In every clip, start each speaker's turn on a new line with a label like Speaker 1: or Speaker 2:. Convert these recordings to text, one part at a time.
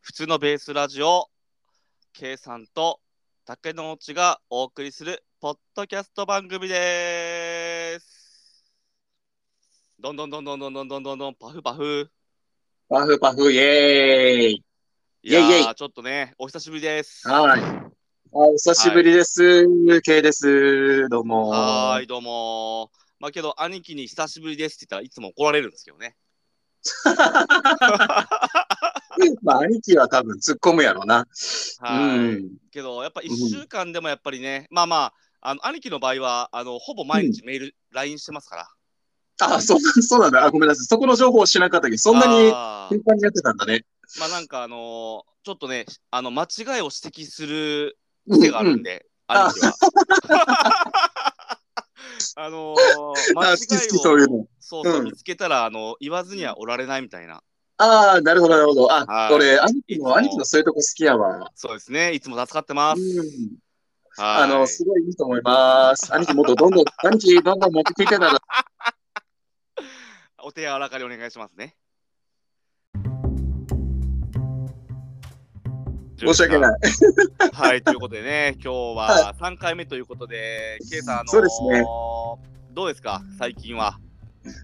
Speaker 1: 普通のベースラジオ K さんと竹野内がお送りするポッドキャスト番組ですどんどんどんどんどんどんどんどんどんパフパフ
Speaker 2: パフパフ、イェーイ。
Speaker 1: いやー
Speaker 2: イェイイェ
Speaker 1: ちょっとねお久しぶりです
Speaker 2: はい。あお久しぶりです。K です。どうも。
Speaker 1: はーいどうもーまあけど兄貴に久しぶりですって言ったらいつも怒られるんですけどね
Speaker 2: まあ、兄貴は多分突っ込むやろう
Speaker 1: は
Speaker 2: な。う
Speaker 1: ーい
Speaker 2: ん。
Speaker 1: けどやっぱ1週間でもやっぱりね、まあまああの兄貴の場合はあのほぼ毎日メール、LINE してますから
Speaker 2: あ、そうなんそうなんだ。あ、ごめんなさい。そこの情報を知らなかったけど、そんなに
Speaker 1: あー
Speaker 2: 頻繁にやってたんだね。
Speaker 1: まあなんかあのーちょっとねあの間違いを指摘する
Speaker 2: うん
Speaker 1: 癖があるんで、
Speaker 2: ん
Speaker 1: 兄貴は。 あのー、間
Speaker 2: あ、
Speaker 1: 違
Speaker 2: 好き好き、
Speaker 1: い
Speaker 2: そう
Speaker 1: を
Speaker 2: いうの。
Speaker 1: そうそう
Speaker 2: うん
Speaker 1: 見つけたら、あの言わずにはおられないみたいな
Speaker 2: ああ、なるほど、なるほど。
Speaker 1: は
Speaker 2: あ、
Speaker 1: い
Speaker 2: 俺、兄貴
Speaker 1: いつも
Speaker 2: の、兄貴のそういうとこ好きやわ。
Speaker 1: そうですねいつも助かってま
Speaker 2: う
Speaker 1: す。
Speaker 2: ん。
Speaker 1: はい
Speaker 2: あの、すごいいいと思います。兄貴もっとどんどん、兄貴どんどん持ってきてたら、
Speaker 1: お手柔らかにお願いしますね。
Speaker 2: 申し訳ない。
Speaker 1: はい、ということで ね、今日は3回目ということで、ケイさん、あのー
Speaker 2: そうですね
Speaker 1: どうですか、最近は。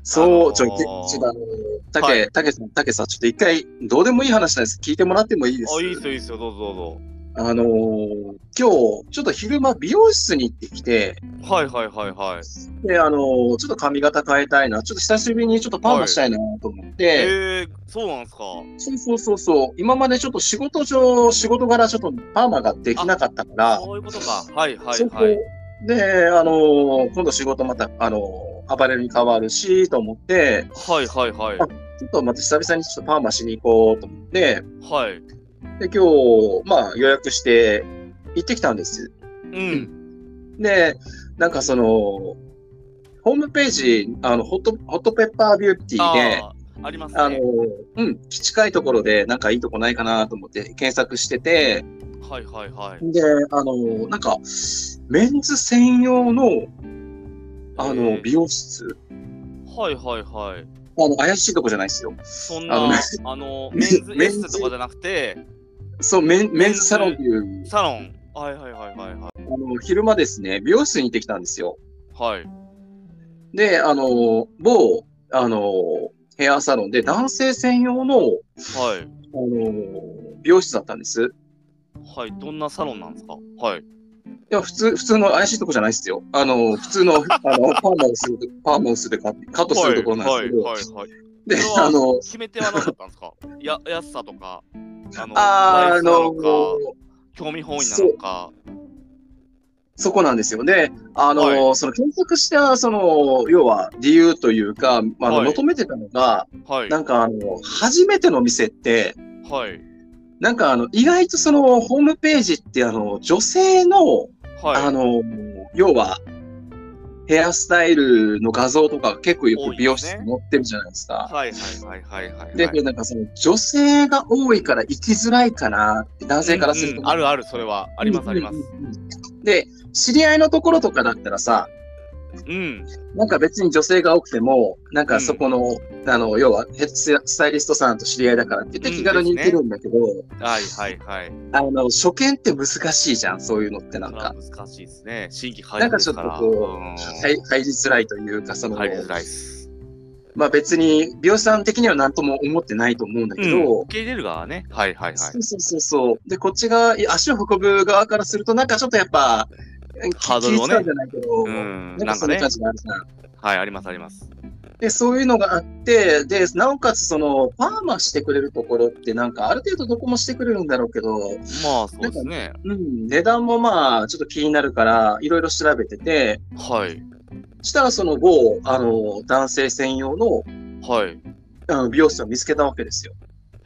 Speaker 2: そう、ちょ、
Speaker 1: あのー
Speaker 2: けちょっとあのー、た
Speaker 1: は
Speaker 2: け、たけさん、たけさん、ちょっと一回、どうでもいい話なんです。聞いてもらってもいいです
Speaker 1: あ、いいですよ、いいですよ、どうぞど
Speaker 2: あのー今日、ちょっと昼間、美容室に行ってきて、
Speaker 1: うぞ。はいはいはいはい。
Speaker 2: で、あのーちょっと髪型変えたいな、ちょっと久しぶりにちょっとパーマしたいなと思って、
Speaker 1: えー、そうなんですか。
Speaker 2: そうそうそうそう、今までちょっと仕事上、仕事柄ちょっとパーマができなかったから、
Speaker 1: そういうことか。はいはい
Speaker 2: そこ
Speaker 1: はい。
Speaker 2: で、あのー今度仕事また、あのーアパレルに変わるし、と思って、
Speaker 1: はいはいはい。
Speaker 2: ちょっとまた久々にちょっとパーマしに行こうと思って、
Speaker 1: はい。
Speaker 2: で、今日、まあ予約して行ってきたんです。
Speaker 1: うん。
Speaker 2: で、なんかその、ホームページ、あの、ホット、ホットペッパービューティーで、
Speaker 1: あーありますね。
Speaker 2: あの、うん、近いところでなんかいいとこないかなと思って検索してて、
Speaker 1: はいはいはい。
Speaker 2: で、あの、なんか、メンズ専用の、あ
Speaker 1: え
Speaker 2: の、
Speaker 1: ー
Speaker 2: 美容室、
Speaker 1: はいはいはい。
Speaker 2: あの、怪しいとこじゃないですよ。
Speaker 1: そんな、
Speaker 2: あ
Speaker 1: あの
Speaker 2: のね、
Speaker 1: メン ズエステとかじゃなくて、
Speaker 2: そう、メンメンズサロンっていう、
Speaker 1: サロン。はいはいはいはいはい。
Speaker 2: あの、昼間ですね、美容室に行ってきたんですよ。
Speaker 1: はい。
Speaker 2: で、あの、某、あの、ヘアサロンで男性専用の、あ
Speaker 1: はい。
Speaker 2: の、美容室だったんです。
Speaker 1: はい、どんなサロンなんですかはい。
Speaker 2: いや、普通、普通の怪しいとこじゃないですよ。あの、普通の、あ の、パーマをする、パーマをするカッカットするところなんですけど、
Speaker 1: はいはいはいはい。
Speaker 2: で
Speaker 1: それ、は
Speaker 2: あの、
Speaker 1: 決め手はなかったんですかや安さとか、あの、
Speaker 2: あーあ
Speaker 1: ライスなの
Speaker 2: の
Speaker 1: か、、興味本位なのか。
Speaker 2: そこなんですよ。で、あの、
Speaker 1: は
Speaker 2: その検索した、その、要は理由というか、あの、
Speaker 1: はい
Speaker 2: 求めてたのが、
Speaker 1: はい。
Speaker 2: なんかあの、初めての店って、
Speaker 1: はい。
Speaker 2: なんかあの、意外とその、ホームページって、あの、女性の、あ
Speaker 1: はい。
Speaker 2: の、要は、ヘアスタイルの画像とか結構よく美容室に載ってるじゃないですか。
Speaker 1: はいはいはいはいはい。
Speaker 2: で、
Speaker 1: はい
Speaker 2: これなんかその女性が多いから生きづらいかなって男性からする
Speaker 1: うんう
Speaker 2: と。
Speaker 1: んあるある、それは。ありますあります。
Speaker 2: うんうんうん。で、知り合いのところとかだったらさ、
Speaker 1: うん。
Speaker 2: なんか別に女性が多くても、なんかそこの、あの、要はヘッドスタイリストさんと知り合いだからって言って気軽に行けるんだけど、
Speaker 1: はいはいはい。
Speaker 2: あの、初見って難しいじゃん、そういうのってなん
Speaker 1: それは
Speaker 2: か。
Speaker 1: 難しいですね。新規入
Speaker 2: なん
Speaker 1: り
Speaker 2: か
Speaker 1: で
Speaker 2: ちょ
Speaker 1: すか
Speaker 2: っと
Speaker 1: ら。
Speaker 2: こう、
Speaker 1: うん
Speaker 2: 入入りづらいというか、その、
Speaker 1: 入りづらいです。
Speaker 2: まあ別に美容師さん的には何とも思ってないと思うんだ
Speaker 1: う
Speaker 2: け
Speaker 1: ん
Speaker 2: ど、
Speaker 1: 受け入れる側はね。はいはいは
Speaker 2: そ。
Speaker 1: いう
Speaker 2: そうそうそう。で、こっちがい足を運ぶ側からすると、なんかちょっとやっぱ、
Speaker 1: ハードルをね
Speaker 2: 気遣うじゃないけど、
Speaker 1: うん。
Speaker 2: なん
Speaker 1: な
Speaker 2: か
Speaker 1: んか
Speaker 2: そうい
Speaker 1: ね
Speaker 2: う感。じがあるじゃん。
Speaker 1: はい、ありますあります。
Speaker 2: で、そういうのがあって、で、なおかつその、パーマしてくれるところって、なんかある程度どこもしてくれるんだろうけど、
Speaker 1: まあそうですね。
Speaker 2: うん、値段もまあ、ちょっと気になるから、いろいろ調べてて、
Speaker 1: はい。
Speaker 2: したらその後、あの、男性専用の
Speaker 1: はい。
Speaker 2: あの美容室を見つけたわけですよ。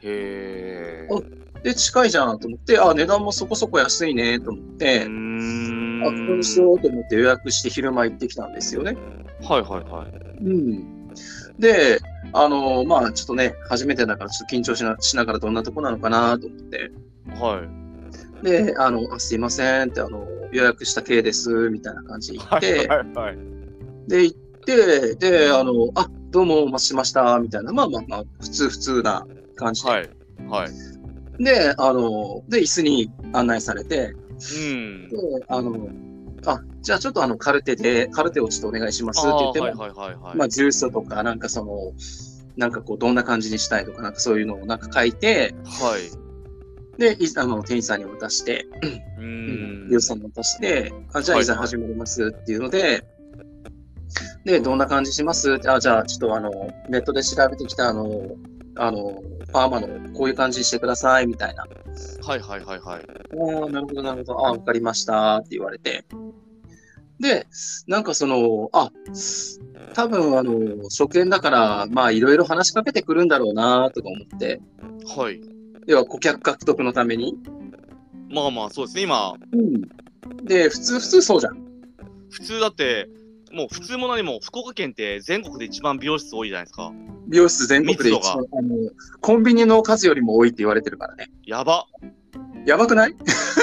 Speaker 1: へえ。
Speaker 2: おで、近いじゃんと思って、あ、値段もそこそこ安いねと思っ
Speaker 1: う
Speaker 2: て
Speaker 1: ー、
Speaker 2: あ、
Speaker 1: ん
Speaker 2: これにしようと思って予約して昼間行ってきたんですよね。
Speaker 1: はいはいはい。
Speaker 2: うん。で、あのーまあ、ちょっとね、初めてだからちょっと緊張しなしながらどんなとこなのかなと思って、
Speaker 1: はい。
Speaker 2: で、あの、あすいませんって、あの、予約した系です、みたいな感じで行っ
Speaker 1: は
Speaker 2: て、
Speaker 1: いはいはい。
Speaker 2: で、行って、で、あの、あ、どうもお待ちしました、みたいな、まあまあまあ、普通普通な感じで。
Speaker 1: はい。はい。
Speaker 2: で、あの、で、椅子に案内されて、
Speaker 1: うん
Speaker 2: で、あの、あ、じゃあちょっとあの、カルテで、カルテをちょっとお願いしますって言
Speaker 1: あ
Speaker 2: って
Speaker 1: ー
Speaker 2: も、
Speaker 1: はいはいはいはい。
Speaker 2: まあ、住所とか、なんかその、なんかこう、どんな感じにしたいとか、なんかそういうのをなんか書いて、
Speaker 1: はい。
Speaker 2: で、いあの、店員さんに渡して、
Speaker 1: う
Speaker 2: 業者さんに渡して、あ、じゃ
Speaker 1: は
Speaker 2: あ
Speaker 1: い
Speaker 2: いざ始まりますっていうので、で、どんな感じしますってあ、じゃあちょっとあの、ネットで調べてきたあの、あの、パーマのこういう感じにしてくださいみたいな。
Speaker 1: はいはいはいはい。
Speaker 2: ああ、なるほど、なるほど。ああ、わかりました。って言われて。で、なんかその、あ、多分あの、初見だから、まあ、いろいろ話しかけてくるんだろうな、とか思って。
Speaker 1: はい。
Speaker 2: 要は、顧客獲得のために。
Speaker 1: まあまあそうですね。今、
Speaker 2: うん。で、普通、普通そうじゃん。
Speaker 1: 普通だって、もう普通も何も福岡県って全国で一番美容室多いじゃないですか。
Speaker 2: 美容室全国で一番、あの、コンビニの数よりも多いって言われてるからね。
Speaker 1: やば。
Speaker 2: やばくない、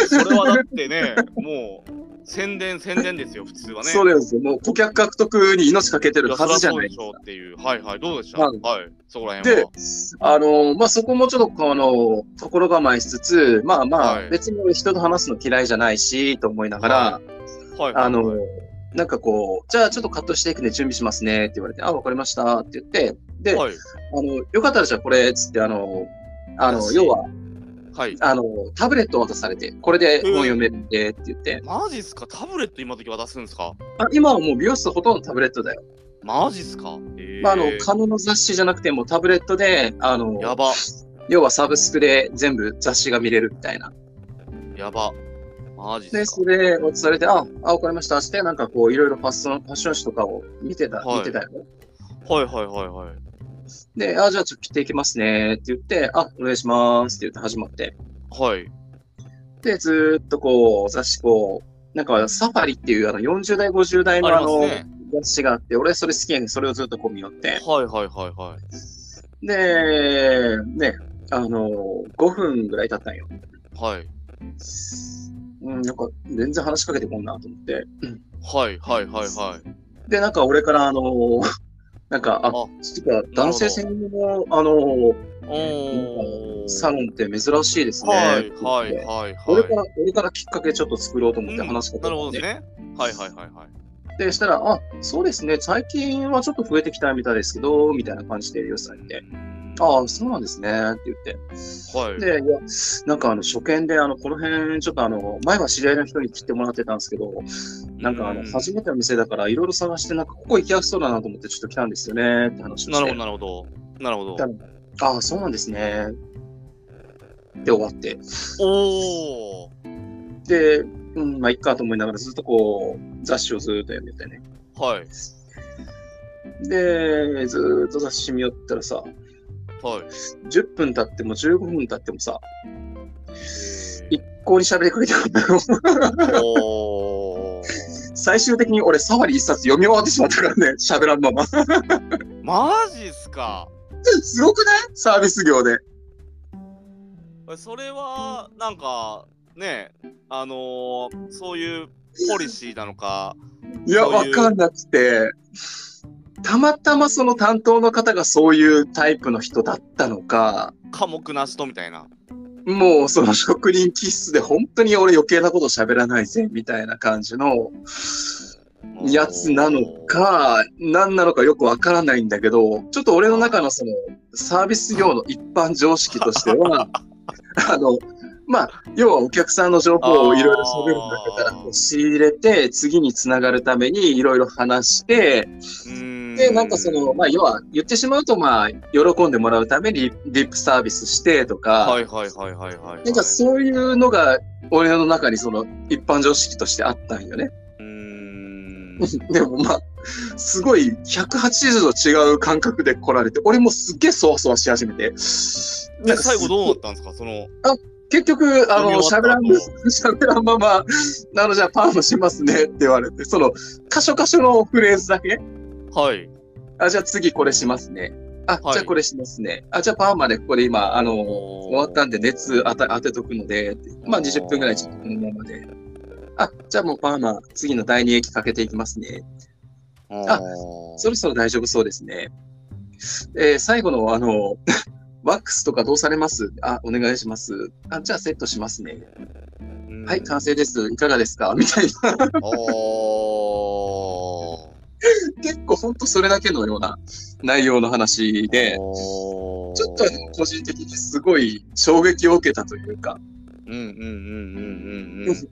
Speaker 1: それはだって ね、もう宣伝宣伝ですよ、普通はね。
Speaker 2: そうですよ。もう顧客獲得に命かけて
Speaker 1: い
Speaker 2: る
Speaker 1: やそ
Speaker 2: 数じゃ
Speaker 1: りゃそう
Speaker 2: ない
Speaker 1: でしょうっていう。はいはい。どうでした、
Speaker 2: はい
Speaker 1: はい。そこら辺
Speaker 2: で
Speaker 1: は。、
Speaker 2: あのまあ、そこもちょっとこの心構えしつつ、まあま
Speaker 1: は
Speaker 2: あ、
Speaker 1: い
Speaker 2: 別に俺人と話すの嫌いじゃないし、と思いながら、
Speaker 1: ははいはい、
Speaker 2: あの
Speaker 1: はい
Speaker 2: なんかこう、じゃあちょっとカットしていくんで準備しますねって言われて、あ、わかりましたって言って、で、
Speaker 1: はい。
Speaker 2: あの、よかったらじゃあこれ、つって、あの、
Speaker 1: よ
Speaker 2: あの、
Speaker 1: し
Speaker 2: 要は、
Speaker 1: はい。
Speaker 2: あの、タブレットを渡されて、これで本読めるんでって言って、
Speaker 1: マジっすかタブレット今時渡すんですか
Speaker 2: あ今はもう美容室ほとんどタブレットだよ。
Speaker 1: マジっすかえー
Speaker 2: まあ、あの、カノの雑誌じゃなくてもうタブレットで、あの、
Speaker 1: やば。
Speaker 2: 要はサブスクで全部雑誌が見れるみたいな。
Speaker 1: やば。マジっ
Speaker 2: で、
Speaker 1: す
Speaker 2: そ
Speaker 1: か
Speaker 2: れをされて、あ、あ、わかりました。して、なんかこう、いろいろファッション、ファッション誌とかを見てた、
Speaker 1: はい
Speaker 2: 見てたよ。
Speaker 1: はいはいはいはい。
Speaker 2: で、あ、じゃあちょっと切っていきますね、って言って、あ、お願いします、って言って始まって。
Speaker 1: はい。
Speaker 2: で、ずーっとこう、雑誌こう、なんかサファリっていうあの40代、50代の
Speaker 1: あ
Speaker 2: あ
Speaker 1: ります
Speaker 2: の、
Speaker 1: ね
Speaker 2: 雑誌があって、俺それ好きやねん、それをずっとこう見よって。
Speaker 1: はいはいはいはい。
Speaker 2: で、ね、あの、5分ぐらい経ったんよ。
Speaker 1: はい。
Speaker 2: うん、なんか全然話しかけてこんなと思って。
Speaker 1: はいはいはいはい。
Speaker 2: で、なんか俺からあの、 なんか、あ
Speaker 1: あ、
Speaker 2: てか男性専用の、あの、
Speaker 1: おー。
Speaker 2: サロンって珍しいですね。
Speaker 1: は
Speaker 2: って
Speaker 1: い
Speaker 2: 言って
Speaker 1: はいはいはい。
Speaker 2: 俺から、俺からきっかけちょっと作ろうと思って
Speaker 1: うん
Speaker 2: 話しか
Speaker 1: な
Speaker 2: けて
Speaker 1: るほ
Speaker 2: も
Speaker 1: ど
Speaker 2: ら
Speaker 1: で
Speaker 2: って、
Speaker 1: すね。はいはいはいはい。
Speaker 2: で、したら、あ、そうですね、最近はちょっと増えてきたみたいですけど、みたいな感じで言わされて、ああ、そうなんですね、って言って。
Speaker 1: はい。
Speaker 2: で、いや、なんかあの、初見で、あの、この辺、ちょっとあの、前は知り合いの人に切ってもらってたんですけど、なんかあの、
Speaker 1: うん
Speaker 2: 初めての店だから、いろいろ探して、なんか、ここ行きやすそうだなと思って、ちょっと来たんですよね、って話を
Speaker 1: な
Speaker 2: し
Speaker 1: る
Speaker 2: て
Speaker 1: ほど、なるほど。なるほど。
Speaker 2: ああ、そうなんですね。で、終わって。
Speaker 1: おー。
Speaker 2: で、うん、まあ、いっかと思いながら、ずっとこう、雑誌をずーっと読んでてね。
Speaker 1: はい
Speaker 2: で、ずーっと雑誌見よったらさ、
Speaker 1: はい。
Speaker 2: 10分経っても15分経ってもさ、
Speaker 1: え
Speaker 2: 一向に喋りかけてくるんだよ。
Speaker 1: ーおー。
Speaker 2: 最終的に俺、サファリ一冊読み終わってしまったからね、喋らんまま。
Speaker 1: マジっすか
Speaker 2: すごくないサービス業で。
Speaker 1: それは、なんか、ねあのー、そういうポリシーなのか、
Speaker 2: いや、
Speaker 1: そう
Speaker 2: わ
Speaker 1: いう
Speaker 2: かんなくて、たまたまその担当の方がそういうタイプの人だったのか、
Speaker 1: 寡黙な人みたいな。
Speaker 2: もうその職人気質で本当に俺余計なこと喋らないぜみたいな感じのやつなのか何なのかよくわからないんだけどちょっと俺の中のそのサービス業の一般常識として はあのまあ要はお客さんの情報をいろいろ喋るんだけ
Speaker 1: あー
Speaker 2: どこう仕入れて次につながるためにいろいろ話して
Speaker 1: うー。
Speaker 2: でなんかそのまあ
Speaker 1: あ、
Speaker 2: 要は言ってしまうとまあ喜んでもらうためにリップサービスしてとか。
Speaker 1: はいはいはいはいはい、はい。
Speaker 2: なんかそういうのが俺の中にその一般常識としてあったんよね。
Speaker 1: うー ん。
Speaker 2: でもまあ、すごい180度違う感覚で来られて、俺もすっげえそわそわし始めて。な
Speaker 1: で
Speaker 2: んか
Speaker 1: 最後どうな
Speaker 2: す
Speaker 1: ったんですかその、
Speaker 2: 結局、あの、
Speaker 1: 飲み終わった
Speaker 2: 喋らん
Speaker 1: 後、
Speaker 2: 喋らんまま、なのじゃあパーマしますねって言われて、その、箇所箇所のフレーズだけ、
Speaker 1: はい。
Speaker 2: あ、じゃあ次これしますね。あ、
Speaker 1: はい
Speaker 2: じゃあこれしますね。あ、じゃあパーマでここで今、あの、終
Speaker 1: 終
Speaker 2: わったんで熱当た当てとくので、まあ20分ぐらいちょっとこのままで。あ、じゃあもうパーマ、次の第2液かけていきますね。
Speaker 1: あ
Speaker 2: そろそろ大丈夫そうですね。えー最後のあの、 ワックスとかどうされますあ、お願いします。あ、じゃあセットしますね。
Speaker 1: うん
Speaker 2: はい、完成です。いかがですかみ たいな。
Speaker 1: おー
Speaker 2: 結構ほんとそれだけのような内容の話で、
Speaker 1: おー
Speaker 2: ちょっとあの個人的にすごい衝撃を受けたというか、
Speaker 1: うんうんうんうんうん うん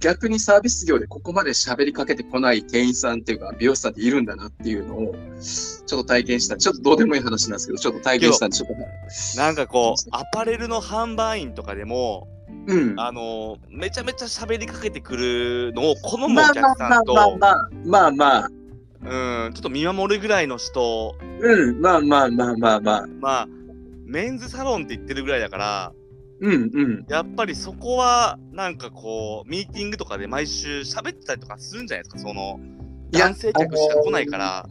Speaker 2: 逆にサービス業でここまで喋りかけてこない店員さんっていうか美容師さんっているんだなっていうのをちょっと体験した。ちょっとどうでもいい話なんですけど、ちょっと体験したんでちょっと。
Speaker 1: なんかこうアパレルの販売員とかでも
Speaker 2: うん。
Speaker 1: あのめちゃめちゃ喋りかけてくるのを好む
Speaker 2: ま
Speaker 1: お
Speaker 2: あま
Speaker 1: 客さ
Speaker 2: あ
Speaker 1: んと
Speaker 2: まあまあまあまあまあ、
Speaker 1: うんちょっと見守るぐらいの人
Speaker 2: うん、まあまあまあまあまあ、
Speaker 1: まあメンズサロンって言ってるぐらいだから
Speaker 2: うんうん。
Speaker 1: やっぱりそこはなんかこうミーティングとかで毎週喋ってたりとかするんじゃないですかその
Speaker 2: いや
Speaker 1: 男性客しか来ないから、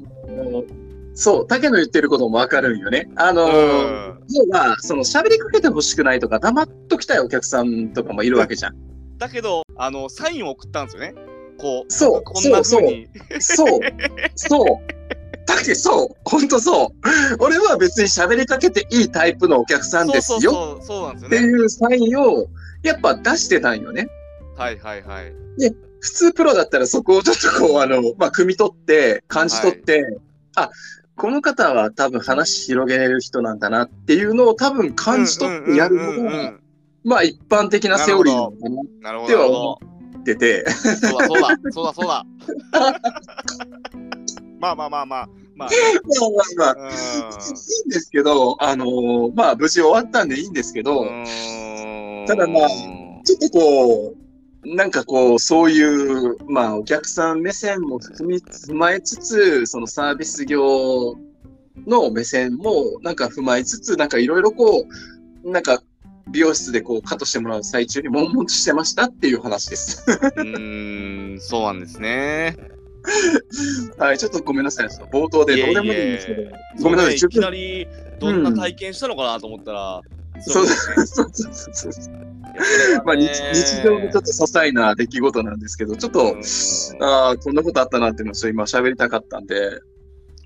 Speaker 2: そう、竹野言ってることもわかるんよね。あのー、
Speaker 1: う
Speaker 2: 要は、その喋りかけてほしくないとか、黙っときたいお客さんとかもいるわけじゃん。
Speaker 1: ん、だけどあのサインを送ったんですよねこう
Speaker 2: そう
Speaker 1: こんな風に
Speaker 2: そう、そう。だけど、そう、ほんとそう。俺は別に喋りかけていいタイプのお客さんです
Speaker 1: そう
Speaker 2: よ
Speaker 1: そうそうそうなんです
Speaker 2: って
Speaker 1: よね
Speaker 2: いうサインを、やっぱ出してたんよね。
Speaker 1: はいはいはい
Speaker 2: 普通プロだったらそこをちょっとこう、あの、まあ、汲み取って、感じ取って、あ、この方は多分話広げれる人なんだなっていうのを多分感じ取ってやる
Speaker 1: うんう
Speaker 2: の
Speaker 1: んうんう
Speaker 2: が、
Speaker 1: ん
Speaker 2: まあ一般的なセオリーなのかなっ
Speaker 1: なるほ
Speaker 2: て
Speaker 1: どな
Speaker 2: は
Speaker 1: るほ
Speaker 2: 思てて、
Speaker 1: どそうだそうだそうだそうだ まあまあまあまあまあ
Speaker 2: まあまあまあ、い
Speaker 1: うん
Speaker 2: いんですけど、あのーまあ無事終わったんでいいんですけど、ただまあちょっとこう、なんかこう、そういう、まあ、お客さん目線も踏み踏まえつつ、そのサービス業の目線もなんか踏まえつつ、なんかいろいろこう、なんか美容室でこう、カットしてもらう最中に悶々としてましたっていう話です。
Speaker 1: うーんそうなんですね。
Speaker 2: はい、ちょっとごめんなさい、その冒頭でどうでもいいんですけど。
Speaker 1: いえい
Speaker 2: ごめんなさい、
Speaker 1: そ
Speaker 2: 10
Speaker 1: うねいきな
Speaker 2: 分。
Speaker 1: りどんな体験したのかなと思ったら、
Speaker 2: そう
Speaker 1: ですね
Speaker 2: そうそうそうそう。
Speaker 1: いやこ
Speaker 2: まあ、
Speaker 1: れは
Speaker 2: 日
Speaker 1: ね
Speaker 2: 日常のちょっと些細な出来事なんですけど、ちょっと、ああ、こんなことあったなっていうのをちょっと今喋りたかったんで、
Speaker 1: う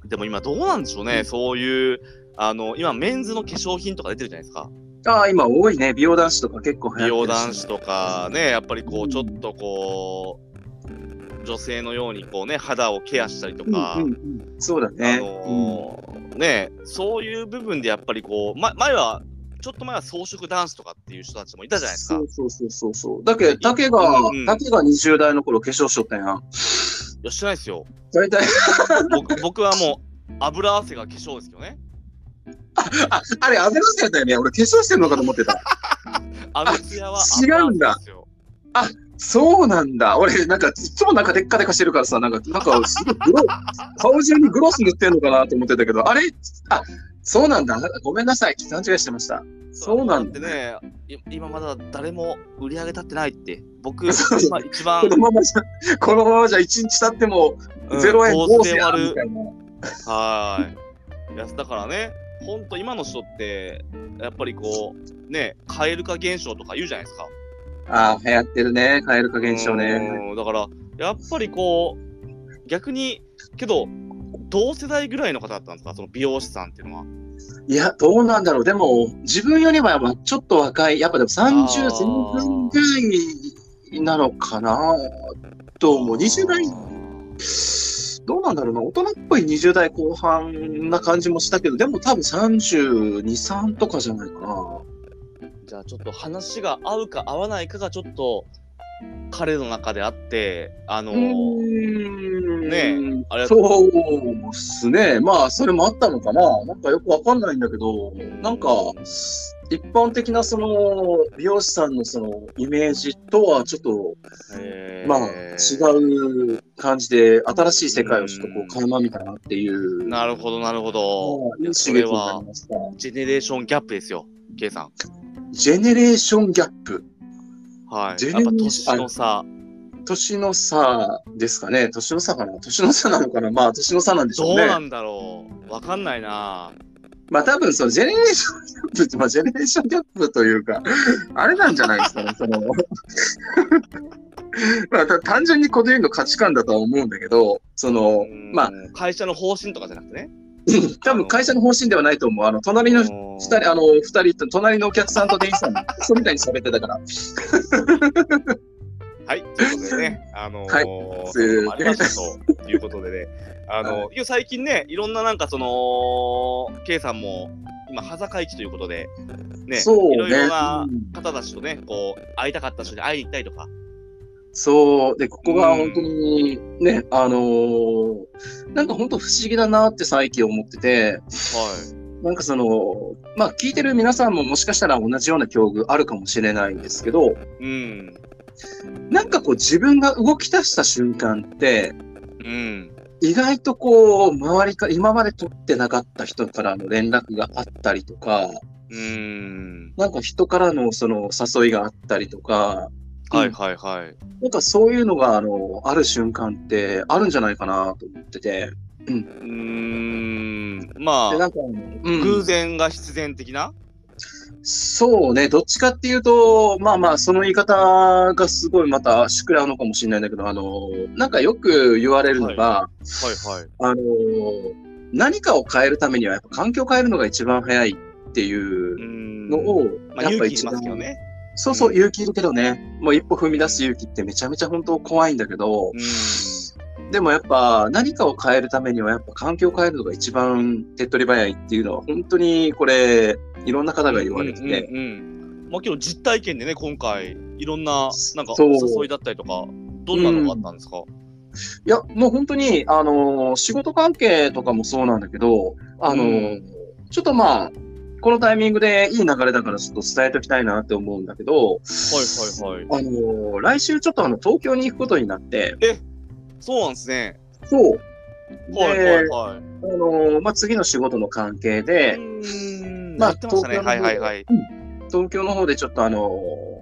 Speaker 1: んでも今どうなんでしょうね、そういうあの今メンズの化粧品とか出てるじゃないですか
Speaker 2: ああ、今多いね。美容男子とか結構流
Speaker 1: 美
Speaker 2: 行
Speaker 1: 容
Speaker 2: ってるし
Speaker 1: 男子とかねやっぱりこ
Speaker 2: う
Speaker 1: うんちょっとこう女性のようにこうね肌をケアしたりと
Speaker 2: うん
Speaker 1: か、
Speaker 2: うんうんそうだね。
Speaker 1: あのーねそういう部分でやっぱりこう、ま、前はちょっと前は草食男子とかっていう人たちもいたじゃないですか
Speaker 2: そうそうそうそうそう。だけど、竹が、
Speaker 1: うんうん
Speaker 2: 竹が20代の頃化粧しとったやん。
Speaker 1: いやしてないですよ
Speaker 2: 大体、
Speaker 1: 僕僕はもう油汗が化粧ですけどね。
Speaker 2: あ、あれ、油汗やったよね。俺化粧してるのかと思ってた。
Speaker 1: あのツヤは
Speaker 2: 違うんだ
Speaker 1: 油汗ですよ。
Speaker 2: そうなんだ。俺、なんか、いつもなんかデッカデカしてるからさ、なんか、なんか、すごいグロ、顔中にグロス塗ってんのかなと思ってたけど、あれ、あ、そうなんだ。ごめんなさい。勘違いしてました。そうなんだ。
Speaker 1: だってね、い今まだ誰も売り上げ立ってないって、僕、
Speaker 2: そう
Speaker 1: 今一番
Speaker 2: こ、のままじゃ、このままじゃ1日経っても
Speaker 1: うん
Speaker 2: 0円
Speaker 1: コ
Speaker 2: 合
Speaker 1: ース
Speaker 2: 成
Speaker 1: で
Speaker 2: あ
Speaker 1: 割
Speaker 2: るみ
Speaker 1: る
Speaker 2: た。いな。
Speaker 1: はーい。いやだからね、ほんと今の人って、やっぱりこう、ね、蛙化現象とか言うじゃないですか。
Speaker 2: ああ、流行ってるね、カエル化現象ね。
Speaker 1: うん。だから、やっぱりこう、逆に、けど、同世代ぐらいの方だったんですか、その美容師さんっていうのは。
Speaker 2: いや、どうなんだろう。でも、自分よりはまあちょっと若い、やっぱでも
Speaker 1: あ
Speaker 2: 30前
Speaker 1: ー
Speaker 2: 半ぐらいなのかなと思う。20代、どうなんだろうな。大人っぽい20代後半な感じもしたけど、でも多分32、3とかじゃないかな。
Speaker 1: じゃあちょっと話が合うか合わないかがちょっと彼の中であってあの
Speaker 2: うーん
Speaker 1: ねあれだと
Speaker 2: そうっすね。まあ、それもあったのかな。なんかよくわかんないんだけど、なんか、一般的なその、美容師さんのその、イメージとはちょっと、
Speaker 1: えー
Speaker 2: まあ、違う感じで、新しい世界をちょっとこ
Speaker 1: うん
Speaker 2: う、垣間見たなっていう。
Speaker 1: なるほどなるほど
Speaker 2: まあいい
Speaker 1: そ
Speaker 2: 刺
Speaker 1: れ
Speaker 2: 激にな
Speaker 1: は
Speaker 2: りました。
Speaker 1: ジェネレーションギャップですよ K さん
Speaker 2: ジェネレーションギャップ。
Speaker 1: はい
Speaker 2: ジェ
Speaker 1: やっ
Speaker 2: ネレーシ
Speaker 1: ぱ
Speaker 2: ョン
Speaker 1: 年の差
Speaker 2: 年の差ですかね。年の差かな。年の差なのかな。まあ、年の差なんでしょ
Speaker 1: ど
Speaker 2: う
Speaker 1: う
Speaker 2: ね。
Speaker 1: なんだろうわかんないな
Speaker 2: まあ多分そのジェネレーションギャップって、まあジェネレーションギャップというか、 あれなんじゃないですかね、その。 まあた単純に個人の価値観だとは思うんだけど、その、まあ、
Speaker 1: うん会社の方針とかじゃなくてね
Speaker 2: うん多分会社の方針ではないと思う。あの、隣の二人、あの、二人って、隣のお客さんと店員さん、 クソみたいに喋ってたから。
Speaker 3: はい、ということでね、あのー、
Speaker 2: はい
Speaker 3: そういうのもありましたということでね、あのーいや
Speaker 1: 最近ね、いろんななんかその、K さんも今、裸市ということで、ね、
Speaker 2: そう
Speaker 1: いろいろ
Speaker 2: ね。
Speaker 1: な
Speaker 2: うん
Speaker 1: 方たちとね、こう、会いたかった人に会いに行ったりとか、
Speaker 2: そう。で、ここが
Speaker 1: うん
Speaker 2: 本当にね、あのーなんか本当不思議だなって最近思ってて、なんかその、まあ聞いてる皆さんももしかしたら同じような境遇あるかもしれないんですけど、
Speaker 1: い。うん。
Speaker 2: なんかこう自分が動き出した瞬間って、
Speaker 1: うん。
Speaker 2: 意外とこう、周りから、今まで取ってなかった人からの連絡があったりとか、
Speaker 1: うん。
Speaker 2: なんか人からのその誘いがあったりとか、
Speaker 1: はいはいはい。
Speaker 2: なんかそういうのが、あの、ある瞬間ってあるんじゃないかなと思ってて、
Speaker 1: うーん。ま
Speaker 2: で、な
Speaker 1: あ、
Speaker 2: んか、うん
Speaker 1: 偶然が必然的な。
Speaker 2: そうね、どっちかっていうと、まあまあ、その言い方がすごいまた宿題なのかもしれないんだけど、あの、なんかよく言われるのが、
Speaker 1: はいはい。。
Speaker 2: あの、何かを変えるためには、やっぱ環境を変えるのが一番早いっていううんのを、
Speaker 1: まあ、
Speaker 2: やっぱ
Speaker 1: 勇気いり
Speaker 2: 一
Speaker 1: ま
Speaker 2: 番
Speaker 1: すけどね。
Speaker 2: そうそうう、
Speaker 1: ん
Speaker 2: 勇気いるけどね、もう一歩踏み出す勇気ってめちゃめちゃ本当怖いんだけど、
Speaker 1: う
Speaker 2: でもやっぱ何かを変えるためには、やっぱ環境を変えるのが一番手っ取り早いっていうのは、本当にこれ、いろんな方が言われてて、
Speaker 1: うんうんうんまあ、けど実体験でね、今回、いろんな、なんか、
Speaker 2: そう
Speaker 1: お誘いだったりとか、どんなのがあったんですか、
Speaker 2: いや、もう本当に、あのー仕事関係とかもそうなんだけど、あのー
Speaker 1: う
Speaker 2: ちょっとまあ、このタイミングでいい流れだからちょっと伝えておきたいなって思うんだけど、
Speaker 1: はいはいはい。
Speaker 2: あのー来週ちょっとあの、東京に行くことになって、
Speaker 1: そうなんですね。
Speaker 2: そう。で
Speaker 1: はいはいはい。
Speaker 2: あのーまあ、次の仕事の関係で、
Speaker 1: うん
Speaker 2: まあ
Speaker 1: 言ってましたね。
Speaker 2: 東京の
Speaker 1: はいはいはい。
Speaker 2: 東京の方でちょっとあの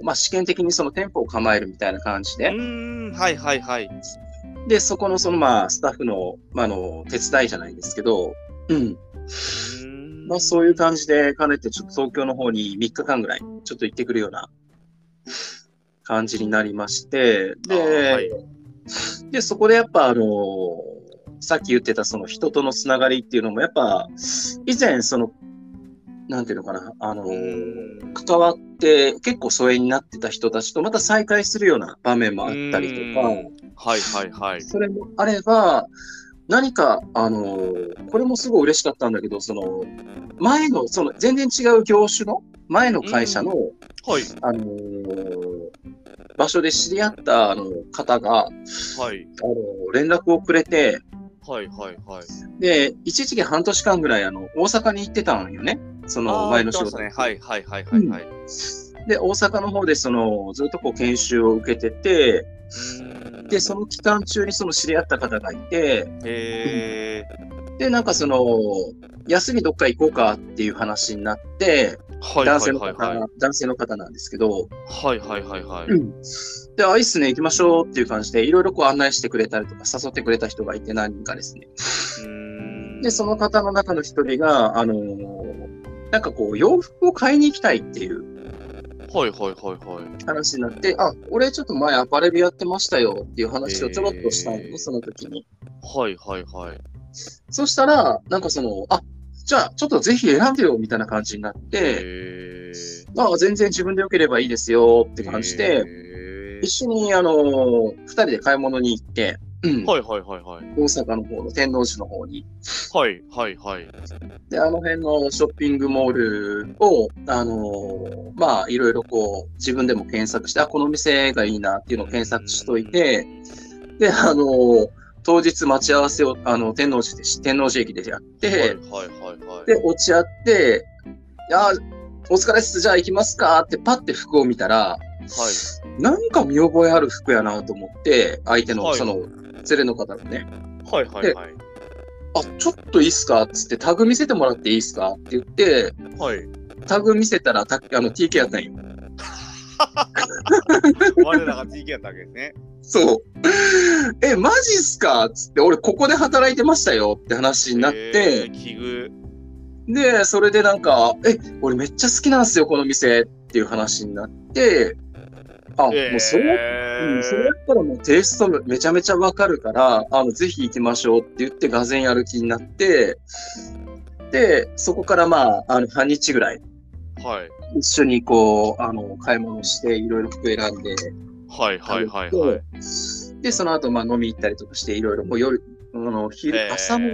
Speaker 2: ーまあ、試験的にその店舗を構えるみたいな感じ
Speaker 1: う
Speaker 2: で、
Speaker 1: ん、はいはいはい。
Speaker 2: で、そこのそのまあ、スタッフの、まあ、あのー手伝いじゃないですけど、うん。まあそういう感じで兼ねて、ちょっと東京の方に3日間ぐらい、ちょっと行ってくるような感じになりまして、で、
Speaker 1: はい
Speaker 2: でそこでやっぱあのさっき言ってたその人とのつながりっていうのも、やっぱ、以前その、なんていうのかな、あの
Speaker 1: うん
Speaker 2: 関わって結構疎遠になってた人たちとまた再会するような場面もあったりとか、
Speaker 1: はいはいはい。
Speaker 2: それもあれば、何か、あのーこれもすごい嬉しかったんだけど、その、前の、その、全然違う業種の、前の会社の、
Speaker 1: はい
Speaker 2: あのー場所で知り合った、あの、方が、あ
Speaker 1: はい
Speaker 2: の連絡をくれて、
Speaker 1: はいはいはい。
Speaker 2: で、一時期半年間ぐらい、あの、大阪に行ってたんよね。その、
Speaker 1: ー
Speaker 2: 前の
Speaker 1: 言
Speaker 2: 仕
Speaker 1: ってまし
Speaker 2: 事
Speaker 1: た。ね。はいはいはいはいはい。
Speaker 2: で、大阪の方で、その、ずっとこう、研修を受けてて、
Speaker 1: うん
Speaker 2: で、その期間中にその知り合った方がいて、
Speaker 1: へえ。
Speaker 2: で、なんかその、休みどっか行こうかっていう話になって、
Speaker 1: はいは
Speaker 2: 男性
Speaker 1: い
Speaker 2: の
Speaker 1: はい
Speaker 2: 方、
Speaker 1: はい。
Speaker 2: 男性の方なんですけど、
Speaker 1: はいはいはいはい。
Speaker 2: で、アイスね、行きましょうっていう感じで、いろいろこう案内してくれたりとか、誘ってくれた人がいて何人かですね。
Speaker 1: うん
Speaker 2: で、その方の中の一人が、あのなんかこう、洋服を買いに行きたいっていう
Speaker 1: はいはいはいはい。
Speaker 2: 話になって、あ、俺ちょっと前アパレルやってましたよっていう話をちょろっとしたの、
Speaker 1: へー
Speaker 2: その時に。
Speaker 1: はいはいはい。
Speaker 2: そしたら、なんかその、あ、じゃあちょっとぜひ選んでよみたいな感じになって、
Speaker 1: へー
Speaker 2: まあ、全然自分で良ければいいですよって感じで、
Speaker 1: へー
Speaker 2: 一緒に、あのー二人で買い物に行って、うん
Speaker 1: はいはいはいはい。
Speaker 2: 大阪の方の天王寺の方に。
Speaker 1: はいはいはい。
Speaker 2: で、あの辺のショッピングモールを、あのーまあ、いろいろこう、自分でも検索して、あ、この店がいいなっていうのを検索しといて、で、あのー当日待ち合わせを、あの、天王寺でし、天王寺駅でやって、
Speaker 1: はいはいはいはい。
Speaker 2: で、落ち合って、いやー、お疲れっす、じゃあ行きますかって、パッて服を見たら、
Speaker 1: はい。
Speaker 2: なんか見覚えある服やなと思って、相手の
Speaker 1: はい
Speaker 2: その、連れの方がね、
Speaker 1: はいはいはい。
Speaker 2: あ、ちょっといいっすかっつって、タグ見せてもらっていいっすかって言って、
Speaker 1: はい。
Speaker 2: タグ見せたら、たあの、TK やったんよ。
Speaker 1: 我らが TK やったわけですね。
Speaker 2: そう。え、マジっすかっつって、俺ここで働いてましたよって話になっ
Speaker 1: え
Speaker 2: て
Speaker 1: ー、奇遇。
Speaker 2: で、それでなんか、え、俺めっちゃ好きなんすよ、この店っていう話になって、あ、もうそれうん、それやったらもうテイストめちゃめちゃわかるから、あの、ぜひ行きましょうって言って、がぜんやる気になって、で、そこからまあ、あの、半日ぐらい、
Speaker 1: はい
Speaker 2: 一緒にこう、あの、買い物して、いろいろ服選んで、
Speaker 1: はいはいはい
Speaker 2: 食
Speaker 1: は
Speaker 2: べ
Speaker 1: い
Speaker 2: て。で、その後、まあ、飲み行ったりとかして、いろいろ、もう夜、あの、昼、
Speaker 1: へー
Speaker 2: 朝の、